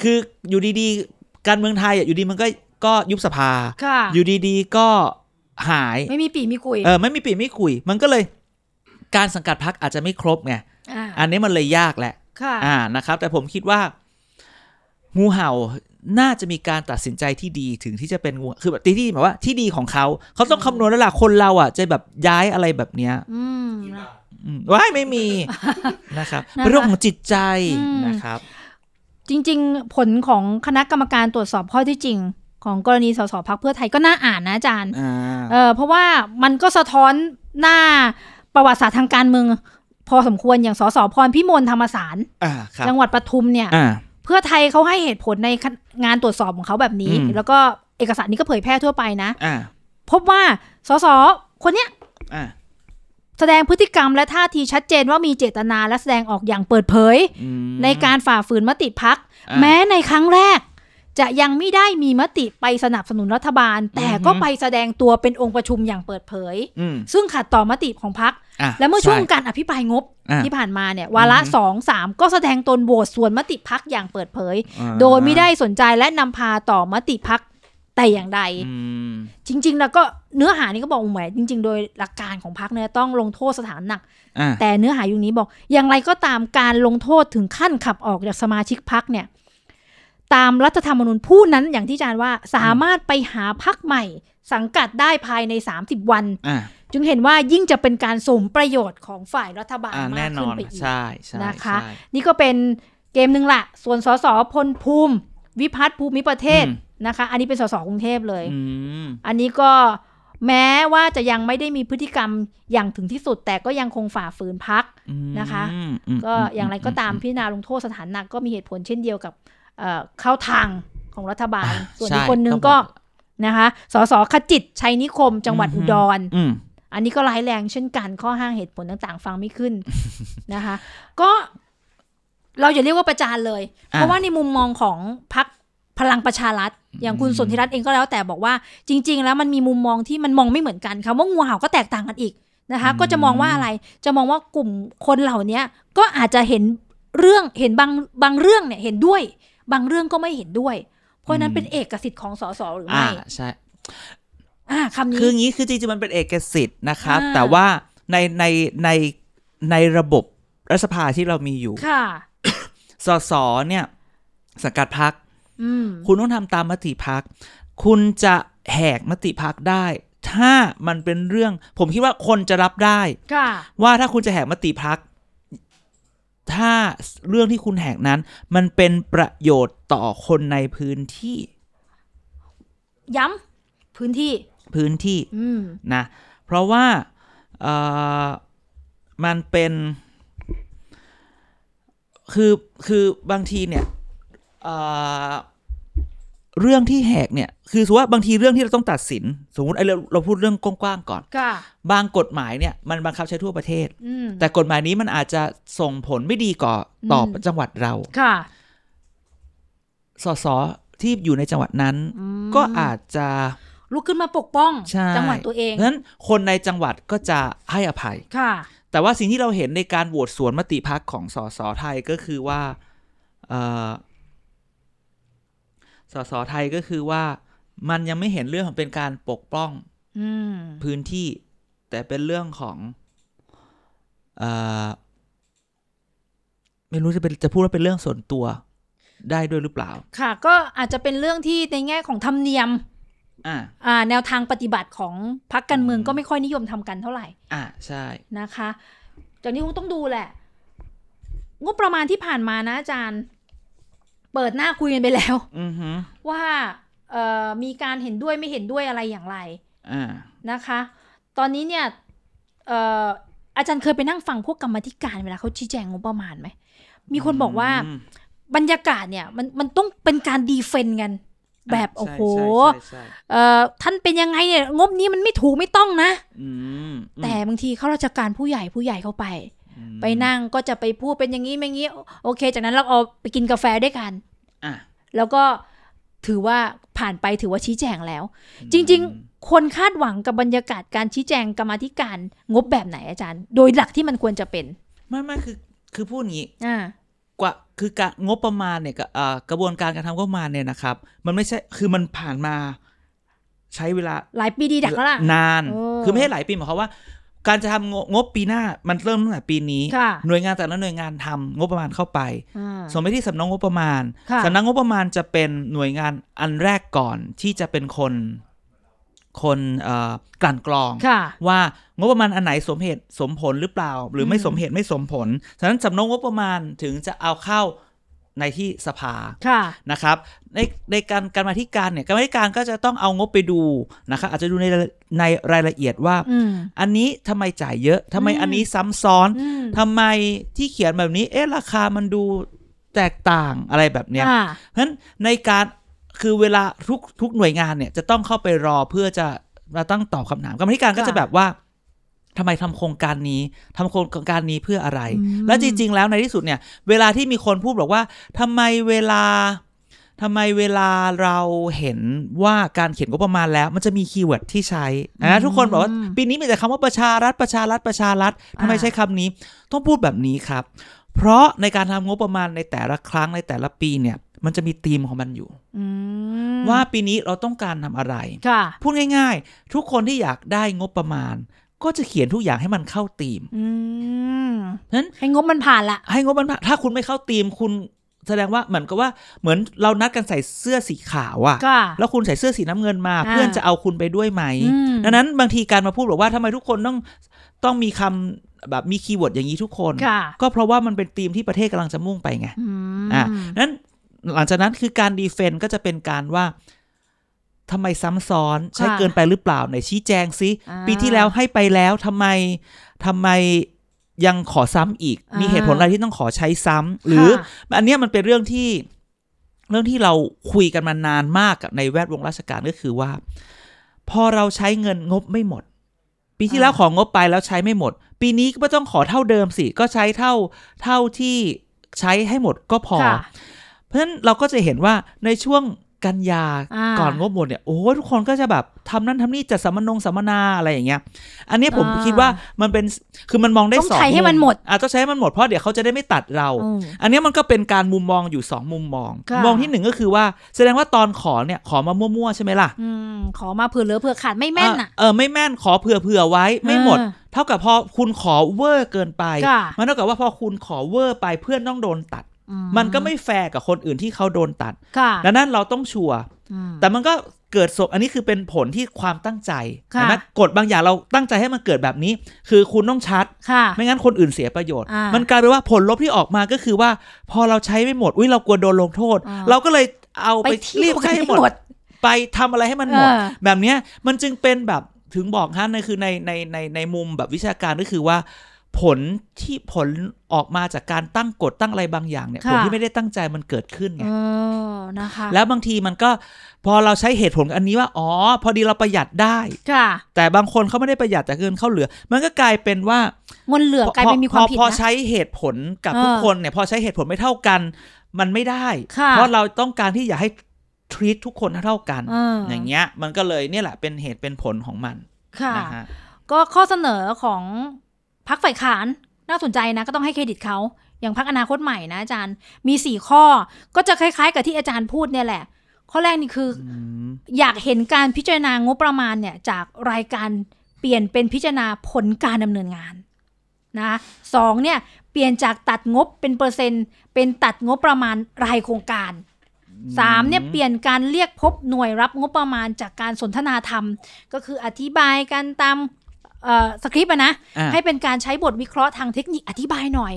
คืออยู่ดีๆ การเมืองไทยอ่ะอยู่ดีมันก็ก็ยุบสภา ค่ะ อยู่ดีๆ ก็หาย ไม่มีปีมีกุย เออไม่มีปีไม่คุย มันก็เลย การสังกัดพักอาจจะไม่ครบไง ่า อันนี้มันเลยยากแหละ ค่ะ อ่านะครับ แต่ผมคิดว่า งูเห่าน่าจะมีการตัดสินใจที่ดีถึงที่จะเป็นงูคือแบบที่ที่แบบว่าที่ดีของเขาเขาต้องคำนวณแล้วล่ะคนเราอ่ะจะแบบย้ายอะไรแบบเนี้ย อืม นะ อืมว้ายไม่มี นะครับเป็นเรื่องของจิตใจ อืม นะครับ จริง ๆ ผลของคณะกรรมการตรวจสอบข้อที่จริง ของกรณีสสพักเพื่อไทยก็น่าอ่านนะอาจารย์ อ่า เออเพราะว่ามันก็สะท้อนหน้าประวัติศาสตร์ทางการเมือง พอสมควรอย่างสสพรพิมลธรรมสาร อ่าครับ จังหวัดปทุมเนี่ย อ่า เพื่อไทยเขาให้เหตุผลในงานตรวจสอบของเขาแบบนี้ อืม แล้วก็เอกสารนี้ก็เผยแพร่ทั่วไปนะ อ่า พบว่าสสคนเนี้ย อ่า แสดงพฤติกรรมและท่าทีชัดเจนว่ามีเจตนาและแสดงออกอย่างเปิดเผย อืม ในการฝ่าฝืนมติพัก อ่า แม้ในครั้งแรก จะยังไม่ได้มีมติไปสนับสนุนรัฐบาล แต่ อือฮึ ก็ไปแสดงตัวเป็นองค์ประชุมอย่างเปิดเผย อืม ซึ่งขัดต่อมติของพัก อ่ะ และเมื่อช่วง ใ การอภิปรายงบ อ่ะ ที่ผ่านมาเนี่ยวาระ อือฮึ สองสามก็แสดงตนโหวตส่วนมติพักอย่างเปิดเผย อ่า โดยไม่ได้สนใจและนำพาต่อมติพักแต่อย่างใด อืม จริง ๆ แล้วก็เนื้อหานี้ก็บอกแหมจริง ๆ โดยหลักการของพักเนี่ยต้องลงโทษสถานหนัก อ่า แต่เนื้อหาอยู่นี้บอกอย่างไรก็ตามการลงโทษถึงขั้นขับออกจากสมาชิกพักเนี่ย ตามรัฐธรรมนูญผู้นั้นอย่างที่อาจารย์ว่าสามารถไปหาพักใหม่ สังกัดได้ภายใน 30 วัน อ่า จึงเห็นว่ายิ่งจะเป็นการสมประโยชน์ของฝ่ายรัฐบาล อ่าแน่นมากขึ้ อน น ไปอีก ใช่ใช่ นะคะ ใช่ นี่ก็เป็นเกมหนึ่งละส่วนสสพลภูมิ วิพัฒน์ภูมิประเทศนะคะ อันนี้เป็นสสกรุงเทพเลย อืม อันนี้ก็ แม้ว่าจะยังไม่ได้มีพฤติกรรมอย่างถึงที่สุด แต่ก็ยังคงฝ่าฝืนพัก อืม นะคะ ม ก็อย่างไรก็ตามพิจารณาลงโทษสถานหนักก็มีเหตุผลเช่นเดียวกับเอ่อเข้าทางของรัฐบาล ส่วนอีก ใช่ คนนึง ต้อง ก็ บอ นะคะสสขจิตชัยนิคม จังหวัด อื อุ อฮึ ดร อืม อันนี้ก็ร้ายแรงเช่นกันข้อห้างเหตุผลต่างๆ ฟังไม่ขึ้น นะคะ ก็เราอย่าเรียกว่าประจานเลย อ่ะ เพราะว่าในมุมมองของพักพลังประชารัฐ อย่างคุณ อืม สนธิรัตน์เองก็แล้วแต่บอกว่า จริง ๆ แล้วมันมีมุมมองที่มันมองไม่เหมือนกันคำว่างูเห่าก็แตกต่างกันอีกนะคะ ก็จะมองว่าอะไรจะมองว่ากลุ่มคนเหล่านี้ก็อาจจะเห็นเรื่องเห็นบางบางเรื่องเนี่ยเห็นด้วย บางเรื่องก็ไม่เห็นด้วย เพราะฉะนั้นเป็นเอกสิทธิ์ของสสหรือ อ่า ไม่ ใช่ อ่าคำนี้ คืออย่างนี้คือจริงๆมันเป็นเอกสิทธิ์นะครับ อ่า แต่ว่าในในในในระบบรัฐสภาที่เรามีอยู่ ค่ะ สสเนี่ยสังกัดพัก อืม คุณต้องทำตามมติพัก คุณจะแหกมติพักได้ ถ้ามันเป็นเรื่อง ผมคิดว่าคนจะรับได้ ค่ะ ว่าถ้าคุณจะแหกมติพัก ถ้าเรื่องที่คุณแหกนั้น มันเป็นประโยชน์ต่อคนในพื้นที่ ย้ำพื้นที่ พื้นที่ อืม นะเพราะว่าเอ่อมันเป็นคือคือบางทีเนี่ยเอ่อเรื่องที่แหกเนี่ยคือสมมุติว่าบางทีเรื่องที่เราต้องตัดสิน สมมติไอ้เราเราพูดเรื่องกว้างๆก่อน ค่ะ บางกฎหมายเนี่ยมันบังคับใช้ทั่วประเทศ อืม แต่กฎหมายนี้มันอาจจะส่งผลไม่ดีก่อต่ออ ม จังหวัดเรา ค่ะ สสที่อยู่ในจังหวัดนั้น อืม ก็อาจจะ ลุกขึ้นมาปกป้อง ใช่ จังหวัดตัวเอง เพราะฉะนั้นคนในจังหวัดก็จะให้อภัย ค่ะ แต่ว่าสิ่งที่เราเห็นในการโหวตสวนมติพักของสสไทยก็คือว่าเอ่อสสไทยก็คือว่ามันยังไม่เห็นเรื่องของเป็นการปกป้อง อืม พื้นที่ แต่เป็นเรื่องของเออไม่รู้จะเป็นจะพูดว่าเป็นเรื่องส่วนตัวได้ด้วยหรือเปล่า ค่ะ ก็อาจจะเป็นเรื่องที่ในแง่ของธรรมเนียม อ่า อ่า แนวทางปฏิบัติของพรรคการเมืองก็ไม่ค่อยนิยมทำกันเท่าไหร่ อ่าใช่ นะคะ จากนี้คงต้องดูแหละ งบประมาณที่ผ่านมานะอาจารย์ เปิดหน้าคุยกันไปแล้ว อือฮึ ว่าเอ่อมีการเห็นด้วยไม่เห็นด้วยอะไรอย่างไร อ่า นะคะ ตอนนี้เนี่ยเอ่ออาจารย์เคยไปนั่งฟังพวกกรรมาธิการเวลาเขาชี้แจงงบประมาณไหม มีคนบอกว่าบรรยากาศเนี่ยมันมันต้องเป็นการดีเฟนต์กัน แบบโอ้โหเอ่อท่านเป็นยังไงเนี่ยงบนี้มันไม่ถูกไม่ต้องนะ แต่บางทีข้าราชการผู้ใหญ่ผู้ใหญ่เข้าไป ไปนั่งก็จะไปพูดเป็นอย่างนี้ไม่งี้ โอเค จากนั้นเราเอาไปกินกาแฟด้วยกัน แล้วก็ถือว่าผ่านไปถือว่าชี้แจงแล้ว จริง ๆ คนคาดหวังกับบรรยากาศการชี้แจงกรรมาธิการงบแบบไหนอาจารย์ โดยหลักที่มันควรจะเป็น ไม่ไม่คือคือพูดอย่างนี้ อ่า กว่าคือการงบประมาณเนี่ยกับเอ่อกระบวนการการทำงบประมาณเนี่ยนะครับ มันไม่ใช่คือมันผ่านมาใช้เวลา หลายปีดีดักแล้วล่ะ นาน เออ คือไม่ใช่หลายปีหมายความว่า การจะทำงบงบปีหน้ามันเริ่มตั้งแต่ปีนี้ ค่ะ หน่วยงานแต่ละหน่วยงานทำงบประมาณเข้าไป อ่า ส่งไปที่สำนักงบประมาณ ค่ะ สำนักงบประมาณจะเป็นหน่วยงานอันแรกก่อนที่จะเป็นคนคนเอ่อกลั่นกรอง ค่ะ ว่างบประมาณอันไหนสมเหตุสมผลหรือเปล่า หรือไม่ อืม สมเหตุไม่สมผล ฉะนั้นสำนกงบประมาณถึงจะเอาเข้าในที่สภา ค่ะ นะครับ ในในการการมาธิการเนี่ยการมาธิการก็จะต้องเอางบไปดูนะครับอาจจะดูในรายในรายละเอียดว่า อืม อันนี้ทำไมจ่ายเยอะทำไม อืม อันนี้ซ้ำซ้อน อืม ทำไมที่เขียนแบบนี้ เอ๊ะราคามันดูแตกต่างอะไรแบบเนี้ย อ่า เพราะฉะนั้นในการคือเวลาทุกทุกหน่วยงานเนี่ยจะต้องเข้าไปรอเพื่อจะมาตั้งตอบคำถามกรรมธิการก็ ค่ะ จะแบบว่าทำไมทำโครงการนี้ทำโครงการนี้เพื่ออะไร อืม แล้วจริง ๆ แล้วในที่สุดเนี่ย เวลาที่มีคนพูดบอกว่าทำไมเวลาทำไมเวลาเราเห็นว่าการเขียนงบประมาณแล้ว มันจะมีคีย์เวิร์ดที่ใช้นะทุกคนบอกว่าปีนี้มีแต่คำว่าประชารัฐประชารัฐประชารัฐทำไมใช้คำนี้ ต้องพูดแบบนี้ครับ เพราะในการทำงบประมาณในแต่ละครั้งในแต่ละปีเนี่ย มันจะมีธีมของมันอยู่ อืม ว่าปีนี้เราต้องการทำอะไร ค่ะ พูดง่ายๆ ทุกคนที่อยากได้งบประมาณ ก็จะเขียนทุกอย่างให้มันเข้าธีม อืม เพราะฉะนั้น ให้งบมันผ่านละ ให้งบมันผ่านถ้าคุณไม่เข้าธีมคุณแสดงว่าเหมือนกับว่าเหมือนเรานัดกันใส่เสื้อสีขาวอะ ค่ะ แล้วคุณใส่เสื้อสีน้ำเงินมา อ่า เพื่อนจะเอาคุณไปด้วยไหม อืม ดังนั้นบางทีการมาพูดบอกว่าทำไมทุกคนต้องต้องมีคำแบบมีคีย์เวิร์ดอย่างนี้ทุกคน ค่ะ ก็เพราะว่ามันเป็นธีมที่ประเทศกำลังจะมุ่งไปไง อืม อ่ะ นั้นหลังจากนั้นคือการดีเฟนต์ก็จะเป็นการว่า ทำไมซ้ำซ้อนใช้ ค่ะ เกินไปหรือเปล่าไหนชี้แจงซิ อ่า ปีที่แล้วให้ไปแล้วทำไมทำไมยังขอซ้ำอีก อ่ามี มีเหตุผลอะไรที่ต้องขอใช้ซ้ำหรือ ค่ะ อันเนี้ยมันเป็นเรื่องที่เรื่องที่เราคุยกันมานานมากในแวดวงราชการก็คือว่า พอเราใช้เงินงบไม่หมด ปีที่แล้วของงบไปแล้วใช้ไม่หมด ปีนี้ก็ไม่ต้องขอเท่าเดิมสิก็ใช้เท่าเท่าที่ใช้ให้หมดก็พอ ค่ะ เพราะฉะนั้นเราก็จะเห็นว่าในช่วงกันยา อ่า ก่อนงบหมดเนี่ยโอ้ยทุกคนก็จะแบบทำนั่นทำนี่จัดสัมมนงสัมมนาอะไรอย่างเงี้ย อันเนี้ยผม อ่า คิดว่ามันเป็นคือมันมองได้ ต้อง สอง ใช้ให้มันหมด อ่ะต้องใช้ให้มันหมดเพราะเดี๋ยวเขาจะได้ไม่ตัดเรา อืม อันเนี้ยมันก็เป็นการมุมมองอยู่สองมุมมอง ค่ะ มุมมองที่หนึ่งก็คือว่าแสดงว่าตอนขอเนี่ยขอมามั่วๆใช่ไหมล่ะ อืมขอมาเผื่อเหลือเผื่อขาดไม่แม่นอ่ะ เออไม่แม่นขอเผื่อเผื่อไว้ไม่หมด อ่า เท่ากับพอคุณขอเวอร์เกินไป ค่ะ มันเท่ากับว่าพอคุณขอเวอร์ไปเพื่อนต้องโดนตัด อื มันก็ไม่แฟร์กับคนอื่นที่เขาโดนตัด ค่ะ ดังนั้นเราต้องชัวร์ อืม แต่มันก็เกิดสมอันนี้คือเป็นผลที่ความตั้งใจ ค่ะ เห็นไหมกฎบางอย่างเราตั้งใจให้มันเกิดแบบนี้ คือคุณต้องชัด ค่ะ ไม่งั้นคนอื่นเสียประโยชน์ อ่ามั มันกลายเป็นว่าผลลบที่ออกมาก็คือว่า พอเราใช้ไม่หมดอุ้ยเรากลัวโดนลงโทษ อ่า เราก็เลยเอาไป ไปเที่ รี ย บ วกัน ใช้ให้ ให้ หม หม ด ด ไปทำอะไรให้มันหมด เออ แบบเนี้ยมันจึงเป็นแบบถึงบอกฮะในคือในในในในมุมแบบวิชาการก็คือว่า ผลที่ผลออกมาจากการตั้งกฎตั้งอะไรบางอย่างเนี่ย ค่ะ ผลที่ไม่ได้ตั้งใจมันเกิดขึ้นไง เออนะคะ แล้วบางทีมันก็พอเราใช้เหตุผลอันนี้ว่าอ๋อ พอดีเราประหยัดได้ ค่ะ แต่บางคนเขาไม่ได้ประหยัดแต่เงินเข้าเหลือ มันก็กลายเป็นว่า มนเหลือกลายเป็นมีความผิด พอพอ นะ ใช้เหตุผลกับ เออ ทุกคนเนี่ยพอใช้เหตุผลไม่เท่ากันมันไม่ได้ ค่ะ เพราะเราต้องการที่อยากให้ทรีททุกคนเท่ากัน เอออ ย่างเงี้ย มันก็เลยเนี่ยแหละเป็นเหตุเป็นผลของมัน ค่ะ นะฮะ ก็ข้อเสนอของพักฝ่ายค้านน่าสนใจนะ ก็ต้องให้เครดิตเขาอย่างพักอนาคตใหม่นะอาจารย์มีสี่ข้อก็จะคล้าย ๆ กับที่อาจารย์พูดเนี่ยแหละ ข้อแรกนี่คืออ อืม อยากเห็นการพิจารณางบประมาณเนี่ย จากรายการเปลี่ยนเป็นพิจารณาผลการดำเนินงานนะสองเนี่ยเปลี่ยนจากตัดงบเป็นเปอร์เซ็นต์เป็นตัดงบประมาณรายโครงการ สามเนี่ยเปลี่ยนการเรียกพบหน่วยรับงบประมาณจากการสนทนาธรรม ก็คืออธิบายกันตามเอ่อสคริปต์อะนะ อ่ะ ให้เป็นการใช้บทวิเคราะห์ทางเทคนิคอธิบายหน่อย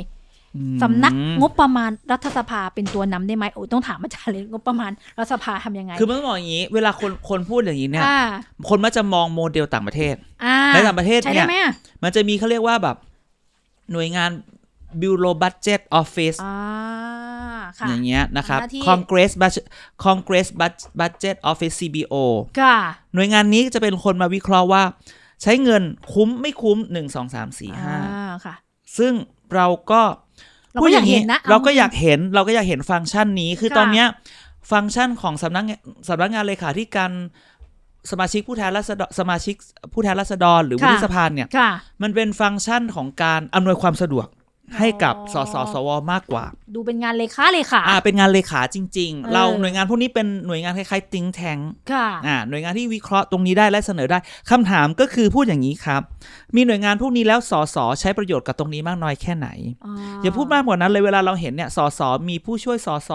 อืม สำนักงบประมาณรัฐสภาเป็นตัวนำได้ไหมโอ้ต้องถามอาจารย์เลยงบประมาณรัฐสภาทำยังไง คือมันต้องบอกอย่างนี้ เวลาคนคนพูดอย่างนี้เนี่ย อ่า คนมักจะมองโมเดลต่างประเทศ อ่า ในต่างประเทศ ใช้ เนี่ ได้ ย ไหมอ่ะ มันจะมีเขาเรียกว่าแบบหน่วยงาน Bureau Budget Office อ่าค่ะ อย่างเงี้ยนะครับ ทำหน้าที่ Congress Budget Congress Bud- Budget Office CBO ค่ะ หน่วยงานนี้จะเป็นคนมาวิเคราะห์ว่า ใช้เงินคุ้มไม่คุ้ม 1 2 3 4 อ่าค่ะ 5 ซึ่งเราก็ เราก็อยากเห็นนะ พูดอย่างเราก็อยากเห็นเราก็อยากเห็นฟังก์ชันนี้คือ ค่ะ ตอนเนี้ยฟังก์ชันของสำนักงานสำนักงานเลขาธิการสมาชิกผู้แทนราษฎรสมาชิกผู้แทนราษฎรหรือวุฒิสภาเนี่ย ค่ะ มันเป็นฟังก์ชันของการอำนวยความสะดวกให้กับ อ๋อ สสสวมากกว่า ดูเป็นงานเลขาเลขา อ่าเป็นงานเลขาจริง เออ ๆ เราหน่วยงานพวกนี้เป็นหน่วยงานคล้ายๆ think tank ค่ะ อ่าหน่วยงานที่วิเคราะห์ตรงนี้ได้และเสนอได้คำถามก็คือพูดอย่างนี้ครับ มีหน่วยงานพวกนี้แล้วสสใช้ประโยชน์กับตรงนี้มากน้อยแค่ไหน อย่าพูดมากกว่านั้นเลยเวลาเราเห็นเนี่ยสสมีผู้ช่วยสส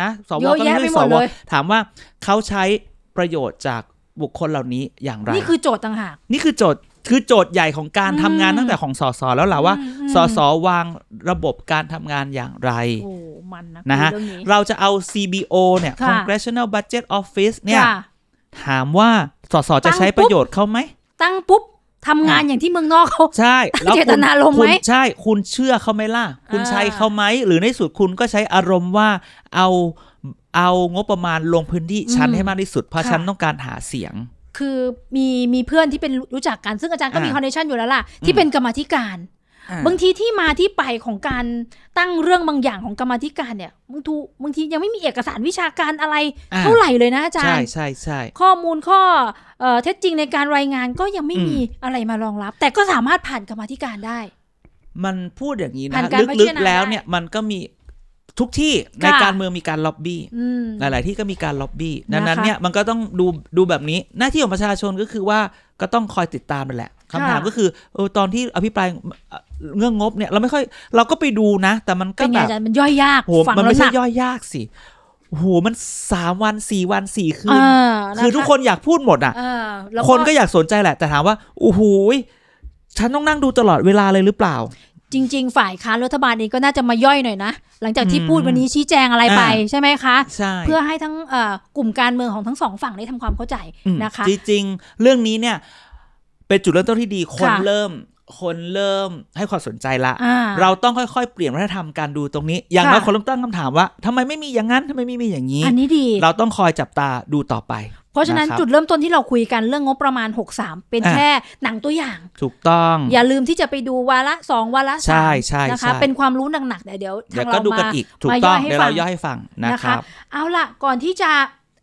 นะสว เยอะ ก็ แยะ ช่ ไป วย หม ส ด ว เลย ถามว่าเขาใช้ประโยชน์จากบุคคลเหล่านี้อย่างไร นี่คือโจทย์ต่างหาก นี่คือโจทย์คือโจทย์ใหญ่ของการ อืม ทำงานตั้งแต่ของสสแล้วล่ะว่า อืมอืม สสวางระบบการทำงานอย่างไร โอ้มันนะ นะฮะ คุยเรื่องนี้ เราจะเอา CBO เนี่ย ค่ะ Congressional Budget Office เนี่ย ค่ะ ถามว่าสสจะใช้ประโยชน์เขาไหม ตั้งปุ๊บทำงานอย่างที่เมืองนอก เขา ใช่ เจตนารมณ์ไหม คุณใช่ คุณเชื่อเขาไหมล่ะ คุณ อ่า ใช้เขาไหม หรือในสุดคุณก็ใช้อารมณ์ว่าเอาเอางบประมาณลงพื้นที่ฉันให้มากที่สุด เพราะฉันต้องการหาเสียง คือมีมีเพื่อนที่เป็นรู้จักกัน ซึ่งอาจารย์ก็มี อ่า คอนเนคชันอยู่แล้วล่ะ ที่เป็นกรรมาธิการ บางทีที่มาที่ไปของการตั้งเรื่องบางอย่างของกรรมาธิการเนี่ยบางทูบางทียังไม่มีเอกสารวิชาการอะไร อ่า เท่าไหร่เลยนะอาจา ใช่ รย์ ใช่ใช่ ข้อมูลข้อเอ่อเท็จจริงในการรายงานก็ยังไม่ อืม มีอะไรมารองรับ แต่ก็สามารถผ่านกรรมาธิการได้ มันพูดอย่างนี้นะ ผ่านการ ลึก พิจารณา ๆแล้วเนี่ยมันก็มีทุกที่ใน ค่ะ การเมืองมีการล็อบบี้ อืม หลาย ๆ ที่ก็มีการล็อบบี้ดังนั้น นะคะ เนี่ยมันก็ต้องดูดูแบบนี้ หน้าที่ของประชาชนก็คือว่าก็ต้องคอยติดตามนั่นแหละคำถาม ค่ะ ก็คือเออตอนที่อภิปรายเรื่องงบเนี่ย เราไม่ค่อยเราก็ไปดูนะ แต่มันก็ เป็นไง แบบ อาจารย์มันย่อยยาก โห ฟัง มัน แล้ว ไม่ ห ใช่ นัก ย่อยยากสิโอ้โหมันสามวันสี่วันสี่คื เอน อ คือทุกคนอยากพูดหมดอ่ะ เออแล้ว คนก็อยากสนใจแหละ แต่ถามว่าโอ้โหฉันต้องนั่งดูตลอดเวลาเลยหรือเปล่า จริง ๆ ฝ่ายค้านรัฐบาลเองก็น่าจะมาย่อยหน่อยนะ หลังจากที่ อืม พูดวันนี้ชี้แจงอะไรไป อ่า ใช่ไหมคะ ใช่ เพื่อให้ทั้งเอ่อกลุ่มการเมืองของทั้งสองฝั่งได้ทำความเข้าใจ ม นะคะ จริงๆ เรื่องนี้เนี่ย เป็นจุดเริ่มต้นที่ดีคน ค่ะ เริ่ม คนเริ่มให้ความสนใจละ อ่า เราต้องค่อยๆ เปลี่ยนวัฒนธรรมการดูตรงนี้ อย่าง ค่ะ น้อยคนเริ่มตั้งคำถามว่าทำไมไม่มีอย่างนั้นทำไมไม่มีอย่างนี้ อันนี้ดี เราต้องคอยจับตาดูต่อไป เพราะฉะนั้น นะครับ จุดเริ่มต้นที่เราคุยกันเรื่องงบประมาณ 63 เป็น อ่า แค่หนังตัวอย่าง ถูกต้อง อย่าลืมที่จะไปดูวาระสองวาระ ใช่ สาม ใช่ นะคะ ใช่ เป็นความรู้หนักๆแต่เดี๋ยว เดี๋ ทาย ง วก็ เรา ดู มา กันอีก ถูก มาย่ ต้อ อง ยให้ เดี๋ยว ฟั เรา ง ย่อยให้ฟังนะ นะ ค คะ รับ เอาล่ะ ก่อนที่จะ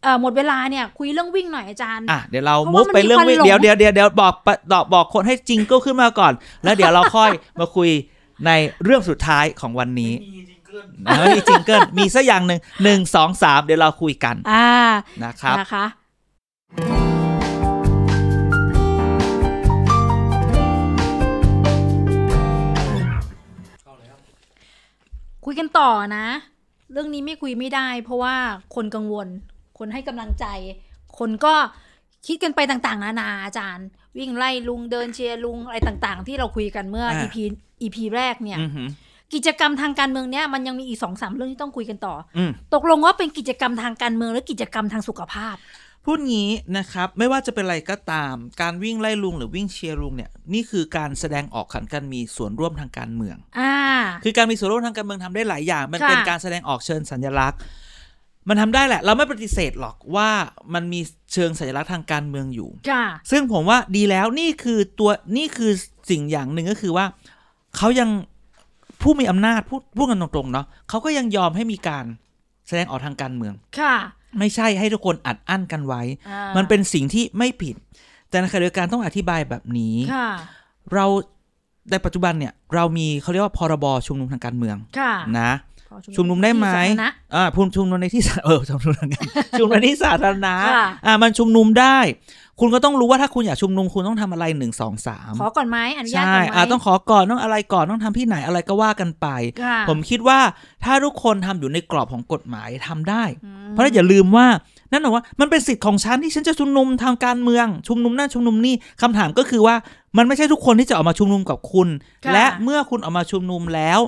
เอ่อหมดเวลาเนี่ย คุยเรื่องวิ่งหน่อยอาจารย์ อ่ะเดี๋ยวเรา เพราะ มุ ว่าก มัน ไปเรื่อง มีควันหลง เดี๋ยวเดี๋ยวเดี๋ยวเดี๋ยวบอกปะตอบบอกคนให้จิงเกิลขึ้นมาก่อน แล้วเดี๋ยวเราค่อย มาคุยในเรื่องสุดท้ายของวัน ไม่ นี้ มีจริงเกิน นะไม่มีจิงเกิลมีสักอย่างหนึ่งหนึ่งสองสามเดี๋ยวเราคุยกัน อ่า นะครับ นะคะ เข้าแล้ว คุยกันต่อนะ เรื่องนี้ไม่คุยไม่ได้ เพราะว่าคนกังวล คนให้กำลังใจ คนก็คิดกันไปต่างๆ นานาอาจารย์ วิ่งไล่ลุงเดินเชียร์ลุงอะไรต่างๆ ที่เราคุยกันเมื่อ อ่า EP EP แรกเนี่ย อือหือ กิจกรรมทางการเมืองเนี่ยมันยังมีอีกสองสามเรื่องที่ต้องคุยกันต่อ อืม ตกลงว่าเป็นกิจกรรมทางการเมืองหรือกิจกรรมทางสุขภาพ พูดงี้นะครับไม่ว่าจะเป็นอะไรก็ตาม การวิ่งไล่ลุงหรือวิ่งเชียร์ลุงเนี่ยนี่คือการแสดงออกขันการมีส่วนร่วมทางการเมือง อ่า คือการมีส่วนร่วมทางการเมืองทำได้หลายอย่าง มัน ค่ะ เป็นการแสดงออกเชิงสัญลักษณ์ มันทำได้แหละ เราไม่ปฏิเสธหรอกว่ามันมีเชิงสัญลักษณ์ทางการเมืองอยู่ ค่ะ ซึ่งผมว่าดีแล้วนี่คือตัวนี่คือสิ่งอย่างหนึ่งก็คือว่าเขายังผู้มีอำนาจพูดพูดกันตรงๆเนาะเขาก็ยังยอมให้มีการแสดงออกทางการเมือง ค่ะ ไม่ใช่ให้ทุกคนอัดอั้นกันไว้ อ่า มันเป็นสิ่งที่ไม่ผิด แต่ในขณะเดียวกันต้องอธิบายแบบนี้ ค่ะ เราในปัจจุบันเนี่ยเรามีเขาเรียกว่าพรบชุมนุมทางการเมือง ค่ะ นะ ขอ ชุมนุมได้ไหม ที่สาธารณะ อ่าพูมชุมนุมในที่สาเออชุมนุมในชุมนุมในที่สาธารณะ ค่ะ อ่ามันชุมนุมได้ คุณก็ต้องรู้ว่าถ้าคุณอยากชุมนุมคุณต้องทำอะไรหนึ่งสองสาม ขอก่อนไหมอนุญาต ใช่ ก่อนไหม อ่าต้องขอก่อนต้องอะไรก่อนต้องทำที่ไหนอะไรก็ว่ากันไป ค่ะ ผมคิดว่าถ้าทุกคนทำอยู่ในกรอบของกฎหมายทำได้ อืม เพราะอย่าลืมว่า นั่นหมายว่ามันเป็นสิทธิ์ของฉันที่ฉันจะชุมนุมทางการเมือง ชุมนุมนั่นชุมนุมนี่คำถามก็คือว่ามันไม่ใช่ทุกคนที่จะออกมาชุมนุมกับคุณ ค่ะ และเมื่อคุณออกมาชุมนุมแล้ว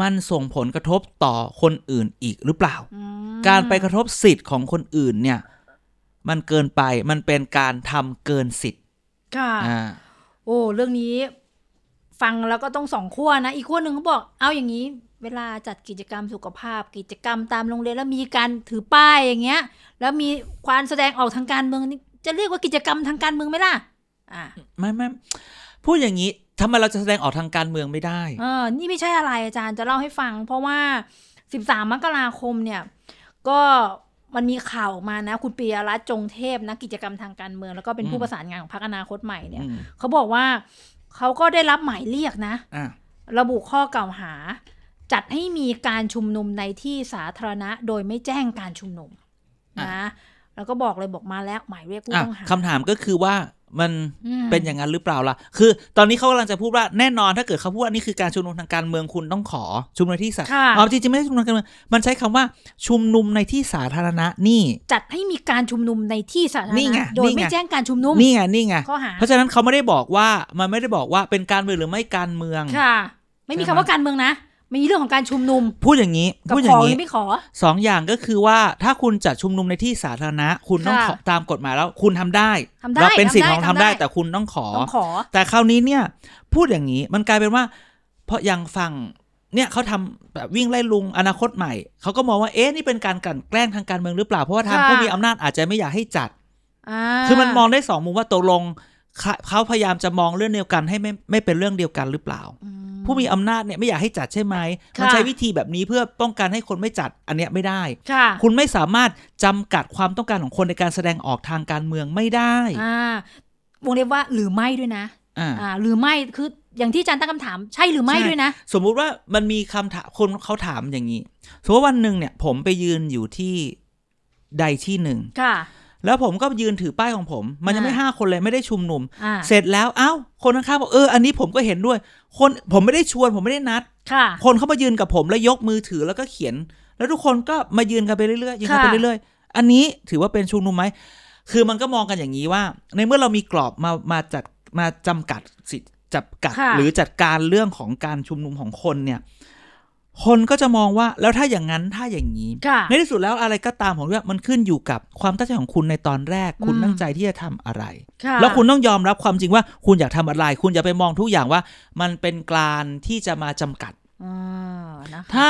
มันส่งผลกระทบต่อคนอื่นอีกหรือเปล่า อืม การไปกระทบสิทธิ์ของคนอื่นเนี่ย มันเกินไปมันเป็นการทำเกินสิทธิ์ ค่ะ อ่า โอ้ เรื่องนี้ ฟังแล้วก็ต้องสองขั้วนะ อีกขั้วหนึ่งเขาบอก เอาอย่างนี้ เวลาจัดกิจกรรมสุขภาพ กิจกรรมตามโรงเรียนแล้วมีการถือป้ายอย่างเงี้ย แล้วมีความแสดงออกทางการเมืองนี่จะเรียกว่ากิจกรรมทางการเมืองไหมล่ะ อ่า ไม่ไม่พูดอย่างนี้ทำไมเราจะแสดงออกทางการเมืองไม่ได้ เออ นี่ไม่ใช่อะไรอาจารย์จะเล่าให้ฟัง เพราะว่า 13 มกราคมเนี่ย ก็มันมีข่าวออกมานะ คุณปียรัตน์จงเทพนะกิจกรรมทางการเมือง แล้วก็เป็นผู้ อืม ประสานงานของพรรคอนาคตใหม่เนี่ย อืม เขาบอกว่าเขาก็ได้รับหมายเรียกนะ อ่ะ ระบุข้อกล่าวหา จัดให้มีการชุมนุมในที่สาธารณะโดยไม่แจ้งการชุมนุมนะแล้วก็บอกเลยบอกมาแล้วหมายเรียกผู้ อ่ะ ต้องหา คำถามก็คือว่ามัน อืม เป็นอย่างนั้นหรือเปล่าล่ะ คือตอนนี้เขากำลังจะพูดว่าแน่นอนถ้าเกิดเขาพูดว่านี่คือการชุมนุมทางการเมืองคุณต้องขอชุมนุมในที่สาธารณะ ค่ะ อ๋อจริงๆไม่ใช่ชุมนุมทางการเมืองมันใช้คำว่าชุมนุมในที่สาธารณะนี่ จัดให้มีการชุมนุมในที่สาธาร นี่ไง ณะโด นี่ ย ไง ไม่แจ้งการชุมนุม นี่ไงนี่ไง ข้อหา เพราะฉะนั้นเขาไม่ได้บอกว่ามันไม่ได้บอกว่าเป็นการเมืองหรือไม่การเมือง ค่ะ ไม่มี ใช่ คำ ไหม ว่าการเมืองนะมีเรื่องของการชุมนุม พูดอย่างนี้ กับ พูดอ ขอย่าง หรื นี้ อไม่ขอ สองอย่างก็คือว่าถ้าคุณจัดชุมนุมในที่สาธารณะ คุณต้องขอ ค่ะ ตามกฎหมายแล้วคุณทำได้ ทำได้ เราเป็นสิทธิ์ของ ทำ ทำ ได้ ได้ แต่คุณต้องขอ ต้องขอ แต่คราวนี้เนี่ยพูดอย่างนี้มันกลายเป็นว่า เพราะยังฟังเนี่ยเขาทำแบบวิ่งไล่ลุงอนาคตใหม่เขาก็มองว่าเอ๊ะนี่เป็นการกลั่นแกล้งทางการเมืองหรือเปล่าเพราะว่าทาง ค่ะ ผู้มีอำนาจอาจจะไม่อยากให้จัด อ่า คือมันมองได้สองมุมว่าตกลงเขาเขาพยายามจะมองเรื่องเดียวกันให้ไม่ไม่เป็นเรื่องเดียวกันหรือเปล่า อื ผู้มีอำนาจเนี่ยไม่อยากให้จัดใช่ไหม ค่ะ มันใช้วิธีแบบนี้เพื่อป้องกันให้คนไม่จัดอันเนี้ยไม่ได้ ค่ะ คุณไม่สามารถจำกัดความต้องการของคนในการแสดงออกทางการเมืองไม่ได้ อ่าวงเล็บว่าหรือไม่ด้วยนะ อ่า อ่า หรือไม่คืออย่างที่อาจารย์ตั้งคำถามใช่หรือไม่ ใช่ ด้วยนะ สมมุติว่ามันมีคำถามคนเขาถามอย่างนี้สมมติว่าวันหนึ่งเนี่ย ผมไปยืนอยู่ที่ใดที่หนึ่ง ค่ะ แล้วผมก็ยืนถือป้ายของผม มันยังไม่ อ่า ห้าคนเลยไม่ได้ชุมนุม อ่า เสร็จแล้วเอ้า คนข้างๆบอกเอออันนี้ผมก็เห็นด้วย คนผมไม่ได้ชวนผมไม่ได้นัด ค่ะ คนเข้ามายืนกับผมแล้วยกมือถือแล้วก็เขียน แล้วทุกคนก็มายืนกันไปเรื่อยๆยืนกันไป ค่ะ เรื่อยๆอันนี้ถือว่าเป็นชุมนุมไหมคือมันก็มองกันอย่างนี้ว่า ในเมื่อเรามีกรอบมามาจัดมาจำกัดสิทธิ จับกัด ค่ะ หรือจัดการเรื่องของการชุมนุมของคนเนี่ย คนก็จะมองว่าแล้วถ้าอย่างนั้นถ้าอย่างนี้ ค่ะ ในที่สุดแล้วอะไรก็ตามของเรื่องมันขึ้นอยู่กับความตั้งใจของคุณในตอนแรก คุณ อืม ตั้งใจที่จะทำอะไร ค่ะ แล้วคุณต้องยอมรับความจริงว่าคุณอยากทำอะไร คุณอย่าไปมองทุกอย่างว่า มันเป็นกลารที่จะมาจำกัด อ่านะ ถ้า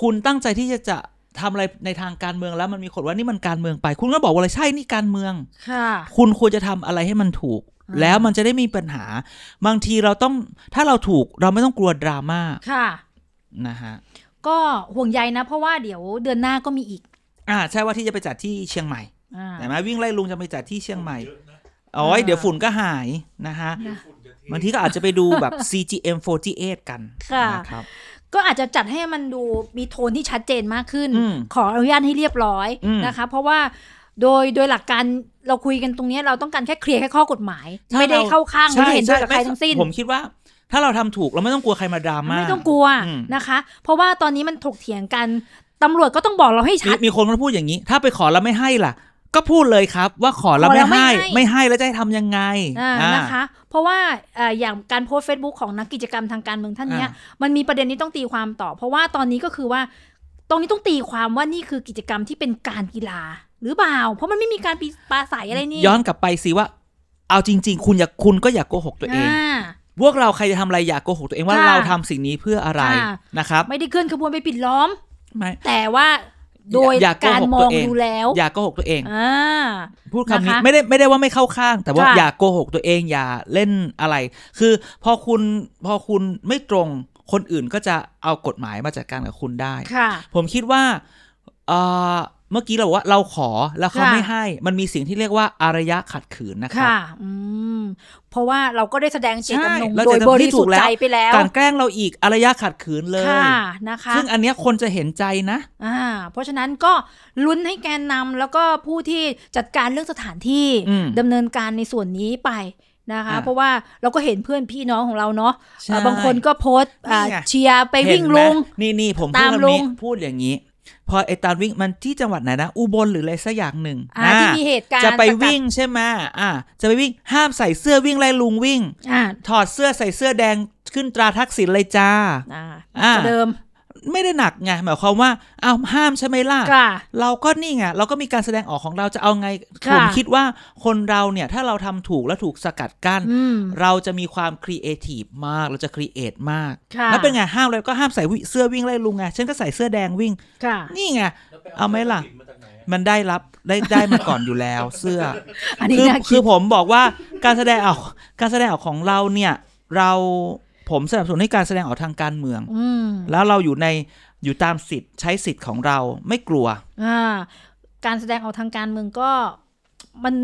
คุณตั้งใจที่จะจะทำอะไรในทางการเมืองแล้วมันมีคนว่านี่มันการเมืองไป คุณก็บอกว่าอะไรใช่นี่การเมือง ค่ะ คุณควรจะทำอะไรให้มันถูก อ่า แล้วมันจะได้มีปัญหา บางทีเราต้องถ้าเราถูกเราไม่ต้องกลัวดราม่า ค่ะ นะฮะ ก็ห่วงใยนะ เพราะว่าเดี๋ยวเดือนหน้าก็มีอีก อ่าใช่ว่าที่จะไปจัดที่เชียงใหม่ อ่า เห็นไหมวิ่งไล่ลุงจะไปจัดที่เชียงใหม่ เยอะนะ โอ้ย อ่า เดี๋ยวฝุ่นก็หายนะฮะ เดี๋ยวฝุ่นจะเท บางทีก็อาจจะไปดู แบบ CGM 48กัน ค่ะ นะครับ ก็อาจจะจัดให้มันดูมีโทนที่ชัดเจนมากขึ้น อืม ขออนุญาตให้เรียบร้อย อืม นะคะ เพราะว่าโดยโดยหลักการเราคุยกันตรงเนี้ยเราต้องการแค่เคลียร์แค่ข้อกฎหมาย ถ้า ไม่ได้ เรา เข้าข้างไม่ได้เห็นด้วยกับใคร ไม่ ทั้งสิ้น ผมคิดว่าถ้าเราทำถูกเราไม่ต้องกลัวใครมาดราม่า ไม่ต้องกลัว อืม นะคะ เพราะว่าตอนนี้มันถกเถียงกันตำรวจก็ต้องบอกเราให้ชั มี ด มีคนมาพูดอย่างนี้ ถ้าไปขอแล้วไม่ให้ล่ะ ก็พูดเลยครับ ว่าขอแล้ว ขอแล้ ไม่ วไม่ ให้ ให้ ไม่ให้แล้วจะให้ทำยังไง อ่า อ่า นะคะ เพราะว่าเอ่ออย่างการโพสต์เฟซบุ๊กของนักกิจกรรมทางการเมืองท่านเนี้ย อ่ มันมีประเด็นนี้ต้องตีความต่อ เพราะว่าตอนนี้ก็คือว่า ตรงนี้ต้องตีความว่านี่คือกิจกรรมที่เป็นการกีฬา หรือเปล่า เพราะมันไม่มีการปีปราศัยอะไรนี่ ย้อนกลับไปสิว่า เอาจริง ๆ คุณอย่าคุณก็อย่ากโกหกตัวเอง อ่า พวกเราใครจะทำอะไรอย่ากโกหกตัวเองว่า ค่ะ เราทำสิ่งนี้เพื่ออะไร ค่ะ นะครับ ไม่ได้เคลื่อนขบวนไปปิดล้อม ไม่ แต่ว่าโดย อย่าโกหก การมอง ตัวเอง ดูแล้ว อย่ากโกหกตัวเอง อ่า พูดคำนี้ นะคะ ไม่ได้ไม่ได้ว่าไม่เข้าข้าง แต่ว่า ค่ะ อย่าโกหกตัวเองอย่าเล่นอะไร คือพอคุณพอคุณไม่ตรงคนอื่นก็จะเอากฎหมายมาจัดการกับคุณได้ ค่ะ ผมคิดว่าเอ่อเมื่อกี้เราบอกว่าเราขอแล้วเขา ค่ะ ไม่ให้ มันมีสิ่งที่เรียกว่าอารยะขัดขืนนะครับ ค่ะ อืม เพราะว่าเราก็ได้แสดงเจตจำนง ใช่แล้ว โดย เจตจำนง บริที่สุทถูก ธิ์ แล้ว ใจไปแล้ว การแกล้งเราอีกอารยะขัดขืนเลย ค่ะ นะคะ ซึ่งอันเนี้ยคนจะเห็นใจนะ อ่า เพราะฉะนั้นก็ลุ้นให้แกนนำแล้วก็ผู้ที่จัดการเรื่องสถานที่ อืม ดำเนินการในส่วนนี้ไปนะคะ อ่า เพราะว่าเราก็เห็นเพื่อนพี่น้องของเราเนาะเอ่อบางคนก็โพสต์อ่า เนี่ย เชียร์ไปวิ่ง เห็นหม ลง นี่นี่ผม ตา พูด ม คำนี้ ลุง พูดอย่างนี้ พอไอตามวิ่งมันที่จังหวัดไหนนะ อุบลหรืออะไรสักอย่างหนึ่ง อ่าที่มีเหตุการณ์ จะไป สกัด วิ่งใช่ไหมอ่า จะไปวิ่งห้ามใส่เสื้อวิ่งไล่ลุงวิ่ง อ่า ถอดเสื้อใส่เสื้อแดงขึ้นตราทักษิณเลยจ้า อ่า อ่า เดิม ไม่ได้หนักไงหมายความว่าอ้าวห้ามใช่ไหมล่ะ ค่ะ เราก็นี่ไงเราก็มีการแสดงออกของเราจะเอาไงผม ค่ะ คิดว่าคนเราเนี่ยถ้าเราทำถูกและถูกสกัดกั้น อืม เราจะมีความครีเอทีฟมากเราจะครีเอทมาก ค่ะ แล้วเป็นไงห้ามเลยก็ห้ามใส่วิเสื้อวิ่งไล่ลุงไงฉันก็ใส่เสื้อแดงวิ่ง ค่ะ นี่ไง แล้วป เอาไหมล่ะ ทรัพย์สินมาจากไหนอะ มันได้รับได้ได้มาก่อนอยู่แล้ว เสื้อ อันนี้ คือ น่า คื คิ อ ด ผมบอกว่าการแสดงออกการแสดงออกของเราเนี่ย เราผมสนับสนุนให้การแสดงออกทางการเมือง อืม แล้วเราอยู่ในอยู่ตามสิทธิ์ใช้สิทธิ์ของเราไม่กลัว อ่าการแสดงออกทางการเมืองก็มัน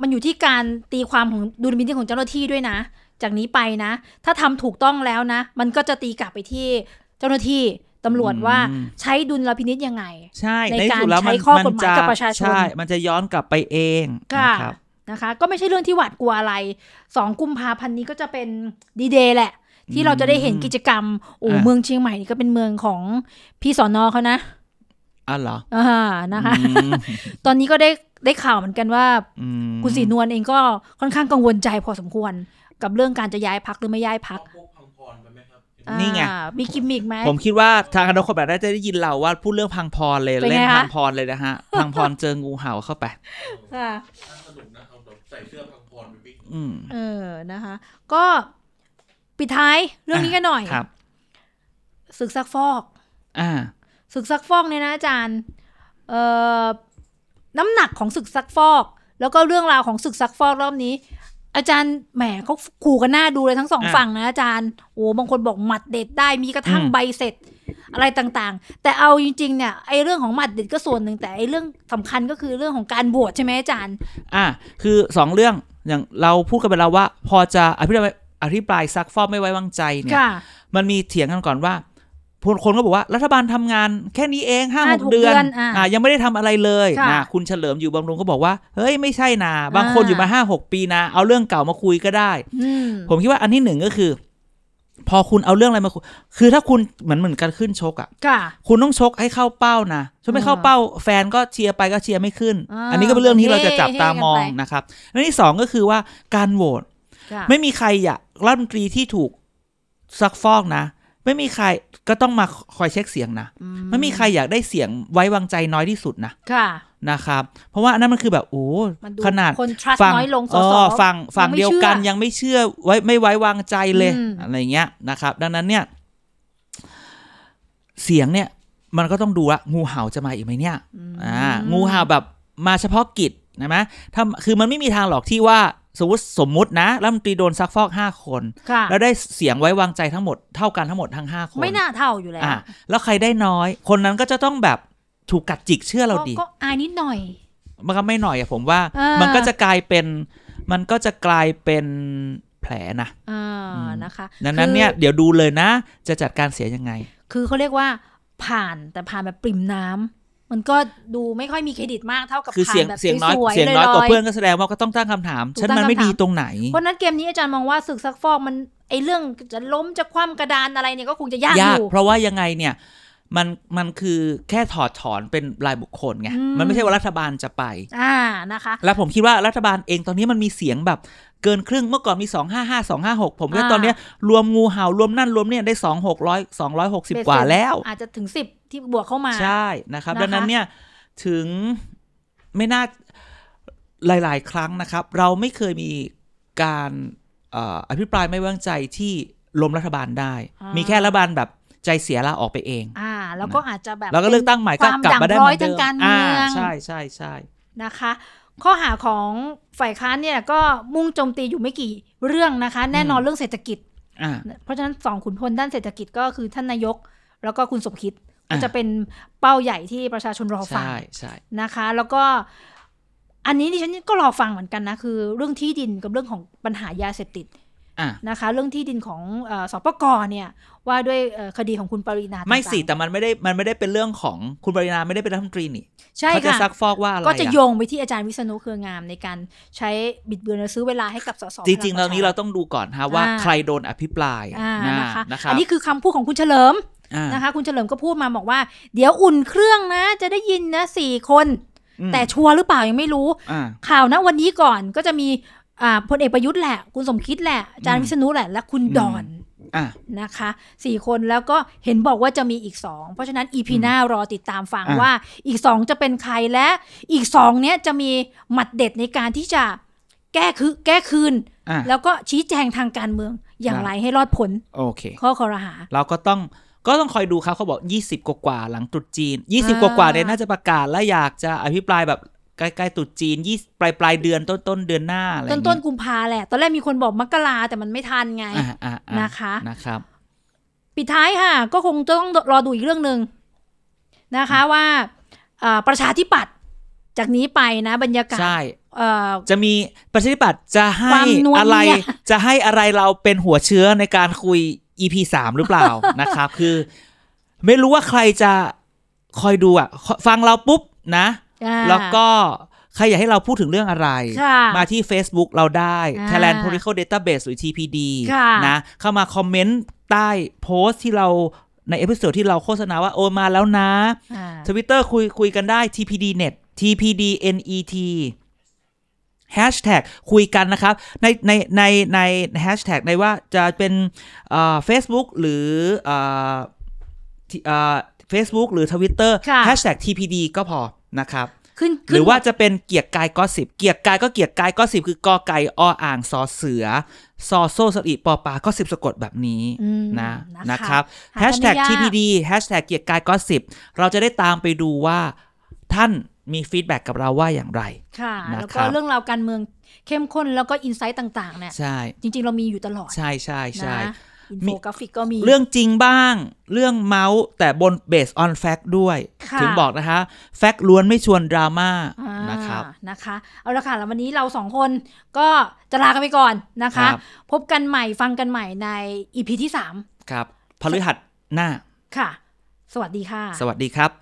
มันอยู่ที่การตีความของดุลพินิจของเจ้าหน้าที่ด้วยนะ จากนี้ไปนะ ถ้าทำถูกต้องแล้วนะ มันก็จะตีกลับไปที่เจ้าหน้าที่ตำรวจ อืม ว่าใช้ดุลพินิจยังไง ใช่ ในกาที่รสุดแล้วน ใช้ข้อกฎ นจ หมายกับประชาชน ใช่ มันจะย้อนกลับไปเอง ค่ะ นะครับ นะคะ ก็ไม่ใช่เรื่องที่หวาดกลัวอะไรสองกุมภาพันธ์นี้ก็จะเป็นดีเดย์แหละ ที่เราจะได้เห็นกิจกรรมโอ้ อ่ะ เมืองเชียงใหม่นี่ก็เป็นเมืองของพี่สอนอเขานะ อ๋อเหรอ อ่านะคะ อืม ตอนนี้ก็ได้ได้ข่าวเหมือนกันว่า อืม คุณศรีนวลเองก็ค่อนข้างกังวลใจพอสมควร กับเรื่องการจะย้ายพักหรือไม่ย้ายพัก เอาพวกพังพรไปไหมครับ อ่า นี่ไง มีกิมมิกไหม ผมคิดว่าทางคณะคนแบบน่าจะได้ยินเราว่าพูดเรื่องพังพรเลย เป็นไง เล่น คะ พังพรเลยนะ ฮะ พังพรเจองูเห่าเข้าไป ค่ะ น่าสนุกนะเอาแบบใส่เสื้อพังพรไปวิ่ง อืม เออนะคะ ก็ปิดท้ายเรื่องนี้กันหน่อย ครับ ศึกซักฟอก อ่า ศึกซักฟอกเนี่ยนะอาจารย์เอ่อน้ำหนักของศึกซักฟอก แล้วก็เรื่องราวของศึกซักฟอกรอบนี้ อาจารย์แหมเขาขู่กันหน้าดูเลยทั้งสอง อ่ะ ฝั่งนะอาจารย์โอ้บางคนบอกหมัดเด็ดได้มีกระทั่ง อืม ใบเสร็จ อะไรต่างๆ แต่เอาจริงๆ เนี่ยไอ้เรื่องของหมัดเด็ดก็ส่วนหนึ่งแต่ไอ้เรื่องสำคัญก็คือเรื่องของการบวชใช่ไหมอาจารย์ อ่า คือสองเรื่องอย่างเราพูดกันไปแล้วว่า พอจะอภิปรายอภิปรายซักฟอกไม่ไว้วางใจเนี่ย ค่ะ มันมีเถียงกันก่อนว่าคนคนก็บอกว่ารัฐบาลทำงานแค่นี้เองห้า ห้า ห ถึ ก งหก เดือน เดือนอ่ะ ะยังไม่ได้ทำอะไรเลย ค่ะ นะคุณเฉลิมอยู่บำรุงก็บอกว่า เฮ้ยไม่ใช่นะบางคน อ่า อยู่มาห้าหกปีนะเอาเรื่องเก่ามาคุยก็ได้ อืม ผมคิดว่าอันที่หนึ่งก็คือ พอคุณเอาเรื่องอะไรมาคุยคือถ้าคุณเหมือนเหมือนการขึ้นชกอะ่ะ ค่ะ คุณต้องชกให้เข้าเป้านะชกไม่เข้าเป้า แฟนก็เชียร์ไปก็เชียร์ไม่ขึ้น อ่าน นี้ก็เป็นเรื่องที่เราจะจับตามอง เฮ้ๆกันไป นะครับอันที่สองก็คือว่าการโหวต ค่ะ ไม่มีใครอยากรัฐมนตรีที่ถูกซักฟอกนะ ไม่มีใครก็ต้องมาคอยเช็คเสียงนะ อื ไม่มีใครอยากได้เสียงไว้วางใจน้อยที่สุดนะ ค่ะ นะครับ เพราะว่าอันนั้นมันคือแบบโอ้ มันดู ขนาด คน trust ฝั่ง น้อยลงส เอ ส อฝั่งฝั่ง ยังไม่ เดียวกัน เชื่อ ยังไม่เชื่อไว้ไม่ไว้วางใจเลย อืม อะไรเงี้ยนะครับ ดังนั้นเนี่ย เสียงเนี่ย มันก็ต้องดูละงูเห่าจะมาอีกไหมเนี่ย ม อ่างูเห่าแบบมาเฉพาะกิจนะมะถ้าคือมันไม่มีทางหรอกที่ว่าสมมติสมมตินะรัฐมนตรีโดนซักฟอก 5 คน ค่ะ แล้วได้เสียงไว้วางใจทั้งหมดเท่ากันทั้งหมดทั้ง 5 คน ไม่น่าเท่าอยู่แล้ว อ่าแล้วใครได้น้อย คนนั้นก็จะต้องแบบถูกกัดจิกเชื่อเรา ก็ ดิ ก็อายนิดหน่อย มันก็ไม่หน่อยอะผมว่า เออ มันก็จะกลายเป็นมันก็จะกลายเป็นแผลนะ อ่า อืม นะคะ ดังนั้น คือ เนี่ยเดี๋ยวดูเลยนะ จะจัดการเสียยังไง คือเขาเรียกว่าผ่านแต่ผ่านแบบปริ่มน้ำมันก็ดูไม่ค่อยมีเครดิตมากเท่ากับ คือ ผ่า เสียง นแบบ เสียงน้อย สวๆ เสียงน้อยกว่า ลๆ เพื่อนก็แสดงว่าก็ต้องตั้งคำถาม ถูก ฉัน ตั้ง มันไม่ คำถาม ดีตรงไหน เพราะฉะนั้นเกมนี้อาจารย์มองว่าศึกซักฟอกมันไอเรื่องจะล้มจะคว่ำกระดานอะไรเนี่ยก็คงจะยากอย าก ยู่ เพราะว่ายังไงเนี่ยมันมันคือแค่ถอดถอนเป็นรายบุคคลไง อืม มันไม่ใช่ว่ารัฐบาลจะไป อ่านะคะ แล้วผมคิดว่ารัฐบาลเองตอนนี้มันมีเสียงแบบเกินครึ่งเมื่อก่อนมี 2 5 5 2 5 6 ผมว่า อ่า ตอนเนี้ยรวมงูเห่ารวมนั่นรวมเนี่ยได้ 2 6 0 260 กว่าแล้ว อาจจะถึงสิบที่บวกเข้ามา ใช่นะครับ นะคะ ดังนั้นเนี่ยถึงไม่น่าหลาย ๆ ครั้งนะครับ เราไม่เคยมีการเอ่ออภิปรายไม่ไว้วางใจที่ล้มรัฐบาลได้ มีแค่รัฐบาลแบบใจเสียลาออกไปเอง อ่า แล้วก็อาจจะแบบ แล้วก็เลือกตั้งใหม่ ค ก็ วาม กลับ ด่าง มาได้ พ เห ร้ มื อย อนเดิ ทาง ม การ อ่า เมือง ใช่ใช่ใช่ นะคะ ข้อหาของฝ่ายค้านเนี่ยก็มุ่งโจมตีอยู่ไม่กี่เรื่องนะคะ แน่นอนเรื่องเศรษฐกิจ อ่า เพราะฉะนั้นสองขุนพลด้านเศรษฐกิจก็คือท่านนายก แล้วก็คุณสมคิดก็ อ่ะ จะเป็นเป้าใหญ่ที่ประชาชนรอฟัง ใช่ใช่ นะคะ แล้วก็อันนี้ดิฉันก็รอฟังเหมือนกันนะ คือเรื่องที่ดินกับเรื่องของปัญหายาเสพติด อ่า นะคะ เรื่องที่ดินของเออสปกเนี่ยว่าด้วยเอ่อคดีของคุณปรินา ไม่สิ ต่าง แต่มันไม่ได้มันไม่ได้เป็นเรื่องของคุณปรินาไม่ได้เป็นรัฐมนตรีนี่ ๆใช่ เขาจะ ค่ะ ซักฟอกว่าอะไร ก็จะ อ่ะ โยงไปที่อาจารย์วิษณุเครืองามในการใช้บิดเบือนและซื้อเวลาให้กับสส จริงๆ พ เรา ลังปะชช นี้เราต้องดูก่อนฮะว่า อ่า ใครโดนอภิปราย อ่านะคะ นะครับ อันนี้คือคำพูดของคุณเฉลิม อ่า นะคะ คุณเฉลิมก็พูดมาบอกว่า เดี๋ยวอุ่นเครื่องนะ จะได้ยินนะสี่คน อืม แต่ชัวร์หรือเปล่ายังไม่รู้ อ่า ข่าวนะวันนี้ก่อนก็จะมีอ่าพลเอกประยุทธ์แหละ คุณสมคิดแหละอาจารย์ อืม วิษณุแหละ และคุณ อืม ดอน อ่า นะคะสี่คนแล้วก็เห็นบอกว่าจะมีอีกสองเพราะฉะนั้นอีพีหน้ารอติดตามฟัง อ่ะ ว่าอีกสองจะเป็นใครและอีกสองเนี้ยจะมีหมัดเด็ดในการที่จะแก้คือแก้คืน อ่า แล้วก็ชี้แจงทางการเมืองอย่าง ครับ ไรให้รอดผล โอเค ข้อคอรหา เราก็ต้องก็ต้องคอยดูครับเขาบอก 20 กว่ากว่าๆหลังตรุษจีน 20 ก อ่า ว่ากว่าๆเนี่ยน่าจะประกาศและอยากจะอภิปรายแบบใกล้ๆตรุษจีน20ปลายปลายๆเดือนต้นต้นๆเดือนหน้าอะไรอ ต้ ย่าน ง ต้ เงี้ น ย ๆกุมภาแหละ ตอนแรกมีคนบอกมกราแต่มันไม่ทันไง อ่าอ่าอ่า นะคะ นะครับ ปิดท้ายค่ะ ก็คงจะต้องรอดูอีกเรื่องหนึ่งนะคะว่าเอ่อประชาธิปัตย์จากนี้ไปนะบรรยากาศ ใช่ เอ่อ จะมีประชาธิปัตย์จะให้ ความนัว อะไร เนี่ย จะให้อะไรเราเป็นหัวเชื้อในการคุย EP สามหรือเปล่า นะครับ คือ ไม่รู้ว่าใครจะคอยดูอ่ะ ฟังเราปุ๊บนะ อ่า แล้วก็ใครอยากให้เราพูดถึงเรื่องอะไร ค่ะ มาที่ Facebook เราได้ อ่า Thailand Political Database หรือ TPD ค่ะ นะเข้ามาคอมเมนต์ใต้โพสต์ที่เราในเอพิ o d ดที่เราโฆษณาว่าโอนมาแล้วนะ อ่า Twitter คุยคุยกันได้ TPD Net TPD NET Hashtag คุยกันนะครับ ในในในในแฮชแท็กในว่าจะเป็นเฟซบุ๊กหรือเฟซบุ๊กหรือทวิตเตอร์ ค่ะ แฮชแท็ก TPD ก็พอนะครับ ขึ้น ห ขึ้น รือว่าจะเป็นเกียรติกายก็สิบเกียรติกายก็เกียรติกายก็สิบคือกอไก่ออ่างสอเสือซอโซ่สระอีปอปลาก็สิบสะกดแบบนี้ อืม นะ นะคะ นะครับ หา แฮ กั ช นไม่ แท็ก ยาก TPD แฮชแท็กเกียรติกายก็สิบเราจะได้ตามไปดูว่าท่านมีฟีดแบ็กกับเราว่าอย่างไร ค่ะ นะครับ แล้วก็เรื่องราวการเมืองเข้มข้นแล้วก็อินไซต์ต่างๆเนี่ย ใช่ จริง ๆ เรามีอยู่ตลอด ใช่ใช่ใช่ นะอินโฟกราฟิกก็มี เรื่องจริงบ้าง เรื่องเมาส์แต่บนเบสออนแฟกด้วย ค่ะ ถึงบอกนะคะแฟกล้วนไม่ชวนดราม่า อ่า นะครับ นะคะเอาละค่ะแล้ววันนี้เราสองคนก็จะลากันไปก่อนนะคคะรับ พบกันใหม่ฟังกันใหม่ในอีพีที่ ครับพฤหัสหน้า 3 ค่ะ สวัสดีค่ะ สวัสดีครับ